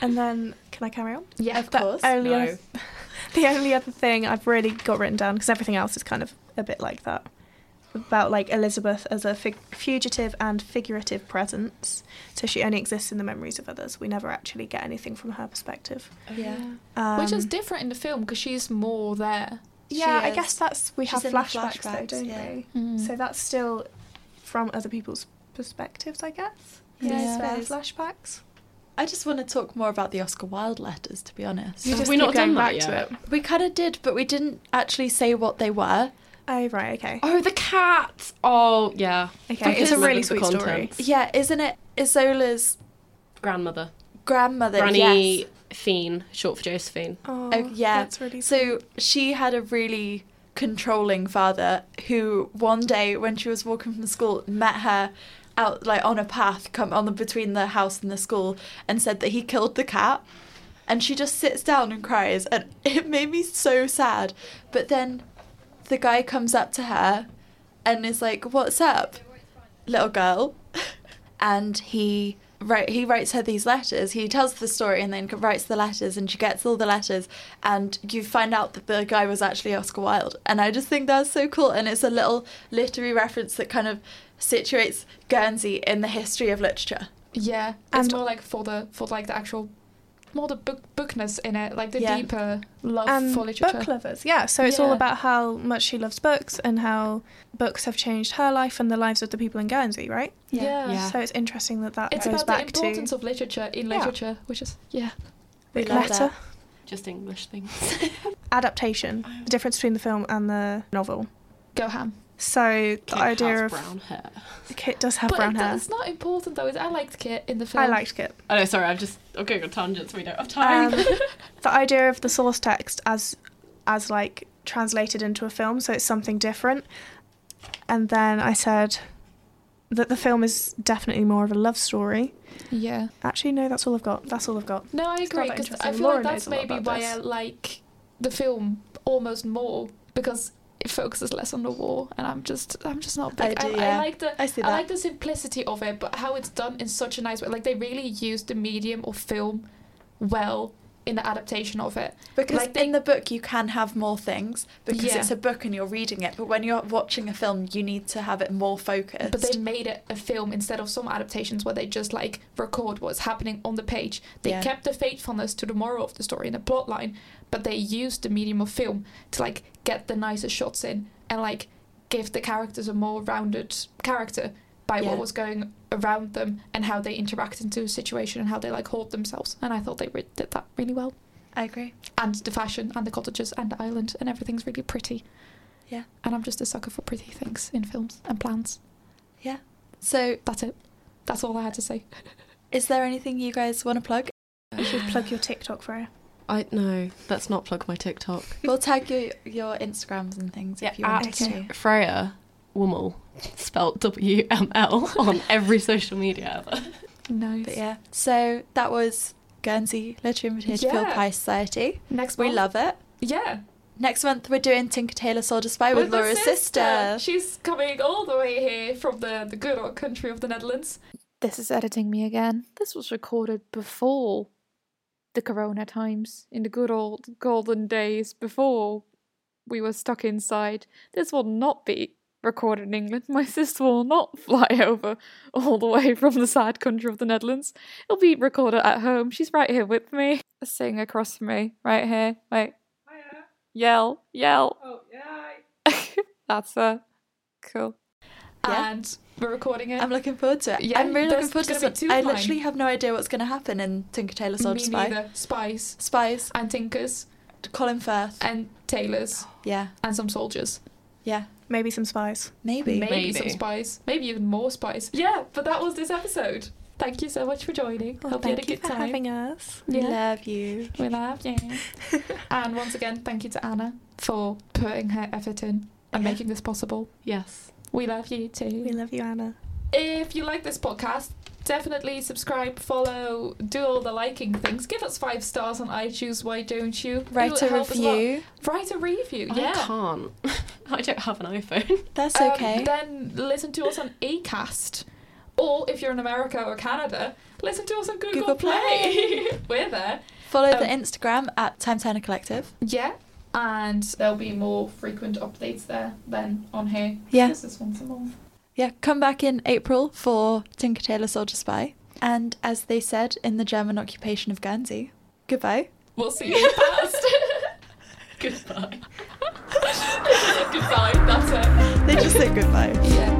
Speaker 4: and then can I carry on?
Speaker 2: Yeah.
Speaker 1: Of course.
Speaker 4: The only,
Speaker 3: No.
Speaker 4: other, the only other thing I've really got written down because everything else is kind of a bit like that. about like Elizabeth as a fig- fugitive and figurative presence. So she only exists in the memories of others. We never actually get anything from her perspective.
Speaker 1: Yeah.
Speaker 4: Um,
Speaker 2: Which is different in the film because she's more there.
Speaker 4: Yeah,
Speaker 1: She
Speaker 4: I
Speaker 1: is.
Speaker 4: guess that's we
Speaker 1: She's
Speaker 4: have
Speaker 1: in the
Speaker 4: flashbacks, though,
Speaker 1: flashbacks,
Speaker 4: don't
Speaker 1: yeah.
Speaker 4: we?
Speaker 3: Mm.
Speaker 4: So that's still from other people's perspectives, I guess.
Speaker 1: Yeah, I
Speaker 4: These, uh,
Speaker 1: suppose.
Speaker 4: flashbacks.
Speaker 1: I just want to talk more about the Oscar Wilde letters, to be honest.
Speaker 4: You
Speaker 3: Have
Speaker 4: just
Speaker 3: we
Speaker 4: keep
Speaker 3: not done
Speaker 4: going
Speaker 3: that
Speaker 4: back
Speaker 3: yet?
Speaker 4: to it.
Speaker 1: We kind of did, but we didn't actually say what they were.
Speaker 4: Oh right, okay,
Speaker 3: Oh, the cat. Oh, yeah.
Speaker 4: okay. It's a
Speaker 1: Because-
Speaker 4: really
Speaker 3: The
Speaker 4: sweet story.
Speaker 3: contents.
Speaker 1: Yeah, isn't it Isola's
Speaker 3: Grandmother.
Speaker 1: grandmother?
Speaker 3: Granny
Speaker 1: Yes.
Speaker 3: Fien, short for Josephine.
Speaker 4: Oh,
Speaker 1: Oh, yeah.
Speaker 4: that's really
Speaker 1: So she had a really controlling father who one day when she was walking from school met her out like on a path come on the between the house and the school and said that he killed the cat and she just sits down and cries and it made me so sad but then the guy comes up to her and is like what's up little girl and he write, he writes her these letters. He tells the story and then writes the letters, and she gets all the letters, and you find out that the guy was actually Oscar Wilde. And I just think that's so cool, and it's a little literary reference that kind of situates Guernsey in the history of literature.
Speaker 2: Yeah,
Speaker 4: And-
Speaker 2: it's more like for the for like the actual, more the book bookness in it, like the
Speaker 1: Yeah.
Speaker 2: deeper love
Speaker 4: and
Speaker 2: um, for literature.
Speaker 4: Um, book lovers. Yeah, so it's all
Speaker 2: Yeah.
Speaker 4: about how much she loves books and how books have changed her life and the lives of the people in Guernsey, right?
Speaker 2: Yeah.
Speaker 3: Yeah.
Speaker 4: So it's interesting that that
Speaker 2: It's
Speaker 4: goes
Speaker 2: about the
Speaker 4: back to
Speaker 2: importance of literature in
Speaker 4: Yeah.
Speaker 2: literature, which is yeah.
Speaker 1: We
Speaker 4: the
Speaker 1: love
Speaker 4: letter
Speaker 3: Just English things.
Speaker 4: adaptation,
Speaker 2: Oh.
Speaker 4: the difference between the film and the novel.
Speaker 2: Go ham.
Speaker 4: So the
Speaker 3: Kate
Speaker 4: idea
Speaker 3: has
Speaker 4: of
Speaker 3: brown hair.
Speaker 4: Kit does have
Speaker 2: but
Speaker 4: brown
Speaker 2: it-
Speaker 4: hair.
Speaker 2: it's not important though. I liked Kit in the film.
Speaker 4: I liked Kit.
Speaker 3: Oh no, sorry, I've just I'm going on tangents. We don't have time.
Speaker 4: Um, the idea of the source text as as like translated into a film, so it's something different. And then I said that the film is definitely more of a love story.
Speaker 2: Yeah.
Speaker 4: Actually, no, that's all I've got. That's all I've got.
Speaker 2: No, I
Speaker 4: not
Speaker 2: agree
Speaker 4: that
Speaker 2: because I
Speaker 4: interesting.
Speaker 2: feel
Speaker 4: Laura
Speaker 2: like
Speaker 4: knows
Speaker 2: that's
Speaker 4: a lot
Speaker 2: maybe
Speaker 4: about
Speaker 2: why
Speaker 4: this.
Speaker 2: I like the film almost more because it focuses less on the war, and I'm just I'm just not
Speaker 1: I
Speaker 2: big.
Speaker 1: do, yeah.
Speaker 2: like the
Speaker 1: I see
Speaker 2: I
Speaker 1: that.
Speaker 2: like the simplicity of it, but how it's done in such a nice way. Like they really used the medium of film well in the adaptation of it.
Speaker 1: Because
Speaker 2: Like,
Speaker 1: in the book you can have more things because
Speaker 2: Yeah.
Speaker 1: it's a book and you're reading it, but when you're watching a film you need to have it more focused.
Speaker 2: But they made it a film instead of some adaptations where they just like record what's happening on the page. They
Speaker 1: Yeah.
Speaker 2: kept the faithfulness to the moral of the story and the plot line, but they used the medium of film to like get the nicest shots in and like give the characters a more rounded character by
Speaker 1: Yeah.
Speaker 2: what was going around them and how they interact into a situation and how they like hold themselves. And I thought they re- did that really well.
Speaker 1: I agree.
Speaker 2: And the fashion and the cottages and the island and everything's really pretty.
Speaker 1: Yeah.
Speaker 2: And I'm just a sucker for pretty things in films and plans.
Speaker 1: So
Speaker 2: That's it. That's all I had to say.
Speaker 1: is there anything you guys want to plug?
Speaker 4: You should plug your TikTok for her.
Speaker 3: I no, let's not plug my TikTok.
Speaker 1: We'll tag your your Instagrams and things if you want
Speaker 3: at
Speaker 1: us to.
Speaker 3: Freya Wummel, spelt W M L, on every social media ever.
Speaker 2: Nice.
Speaker 1: But yeah, so that was Guernsey Literary and Potato Field
Speaker 2: Yeah. Oh.
Speaker 1: Pie Society.
Speaker 2: Next
Speaker 1: We
Speaker 2: month.
Speaker 1: love it.
Speaker 2: Yeah.
Speaker 1: Next month we're doing Tinker Tailor Soldier Spy Oh, with,
Speaker 2: my
Speaker 1: Laura's sister.
Speaker 2: She's coming all the way here from the, the good old country of the Netherlands.
Speaker 5: This is editing me again. This was recorded before the corona times, in the good old golden days before we were stuck inside. This will not be recorded in England. My sister will not fly over all the way from the sad country of the Netherlands. It'll be recorded at home. She's right here with me, sitting across from me, right here. Wait. Yell, yell. Oh, yeah. That's her. Cool.
Speaker 1: Yeah.
Speaker 2: And we're recording it.
Speaker 1: I'm looking forward to it.
Speaker 2: Yeah,
Speaker 1: I'm really looking
Speaker 2: there's
Speaker 1: forward to
Speaker 2: gonna be
Speaker 1: this.
Speaker 2: two
Speaker 1: I
Speaker 2: of mine.
Speaker 1: literally have no idea what's going to happen in Tinker Tailor Soldier
Speaker 2: Me
Speaker 1: Spy.
Speaker 2: neither. Spies
Speaker 1: Spies,
Speaker 2: and tinkers
Speaker 1: Colin Firth.
Speaker 2: and tailors
Speaker 1: Yeah,
Speaker 2: and some soldiers.
Speaker 1: yeah,
Speaker 4: Maybe some spies.
Speaker 1: maybe.
Speaker 2: Maybe, some
Speaker 3: Maybe.
Speaker 2: spies. Maybe even more spies. Yeah, but that was this episode. Thank you so much for joining.
Speaker 4: Well,
Speaker 2: Hope you had a
Speaker 4: thank you
Speaker 2: good
Speaker 4: for
Speaker 2: time.
Speaker 4: having us.
Speaker 1: We
Speaker 2: Yeah.
Speaker 1: love you.
Speaker 2: We love you. and once again, thank you to Anna for putting her effort in and
Speaker 1: Yeah.
Speaker 2: making this possible.
Speaker 3: Yes.
Speaker 2: We love you
Speaker 4: We
Speaker 2: too.
Speaker 4: love you, Anna.
Speaker 2: If you like this podcast, definitely subscribe, follow, do all the liking things. Give us five stars on iTunes. Why don't you
Speaker 1: Write
Speaker 2: It would
Speaker 1: a
Speaker 2: help us lot.
Speaker 1: review.
Speaker 2: Write a review.
Speaker 3: I
Speaker 2: yeah.
Speaker 3: can't. Oh, I don't have an iPhone.
Speaker 1: That's
Speaker 2: Um,
Speaker 1: okay.
Speaker 2: Then listen to us on Acast, or if you're in America or Canada, listen to us on Google,
Speaker 1: Google Play.
Speaker 2: Play. We're there.
Speaker 1: Follow the
Speaker 2: um,
Speaker 1: Instagram at Time Turner Collective.
Speaker 2: Yeah. and there'll be more frequent updates there than on here.
Speaker 1: Yeah.
Speaker 2: This is once a month.
Speaker 1: Yeah, come back in April for Tinker Tailor Soldier Spy. And as they said in the German occupation of Guernsey, goodbye.
Speaker 2: We'll see you in the past. Goodbye. Goodbye. That's it.
Speaker 1: They just say goodbye.
Speaker 2: Yeah.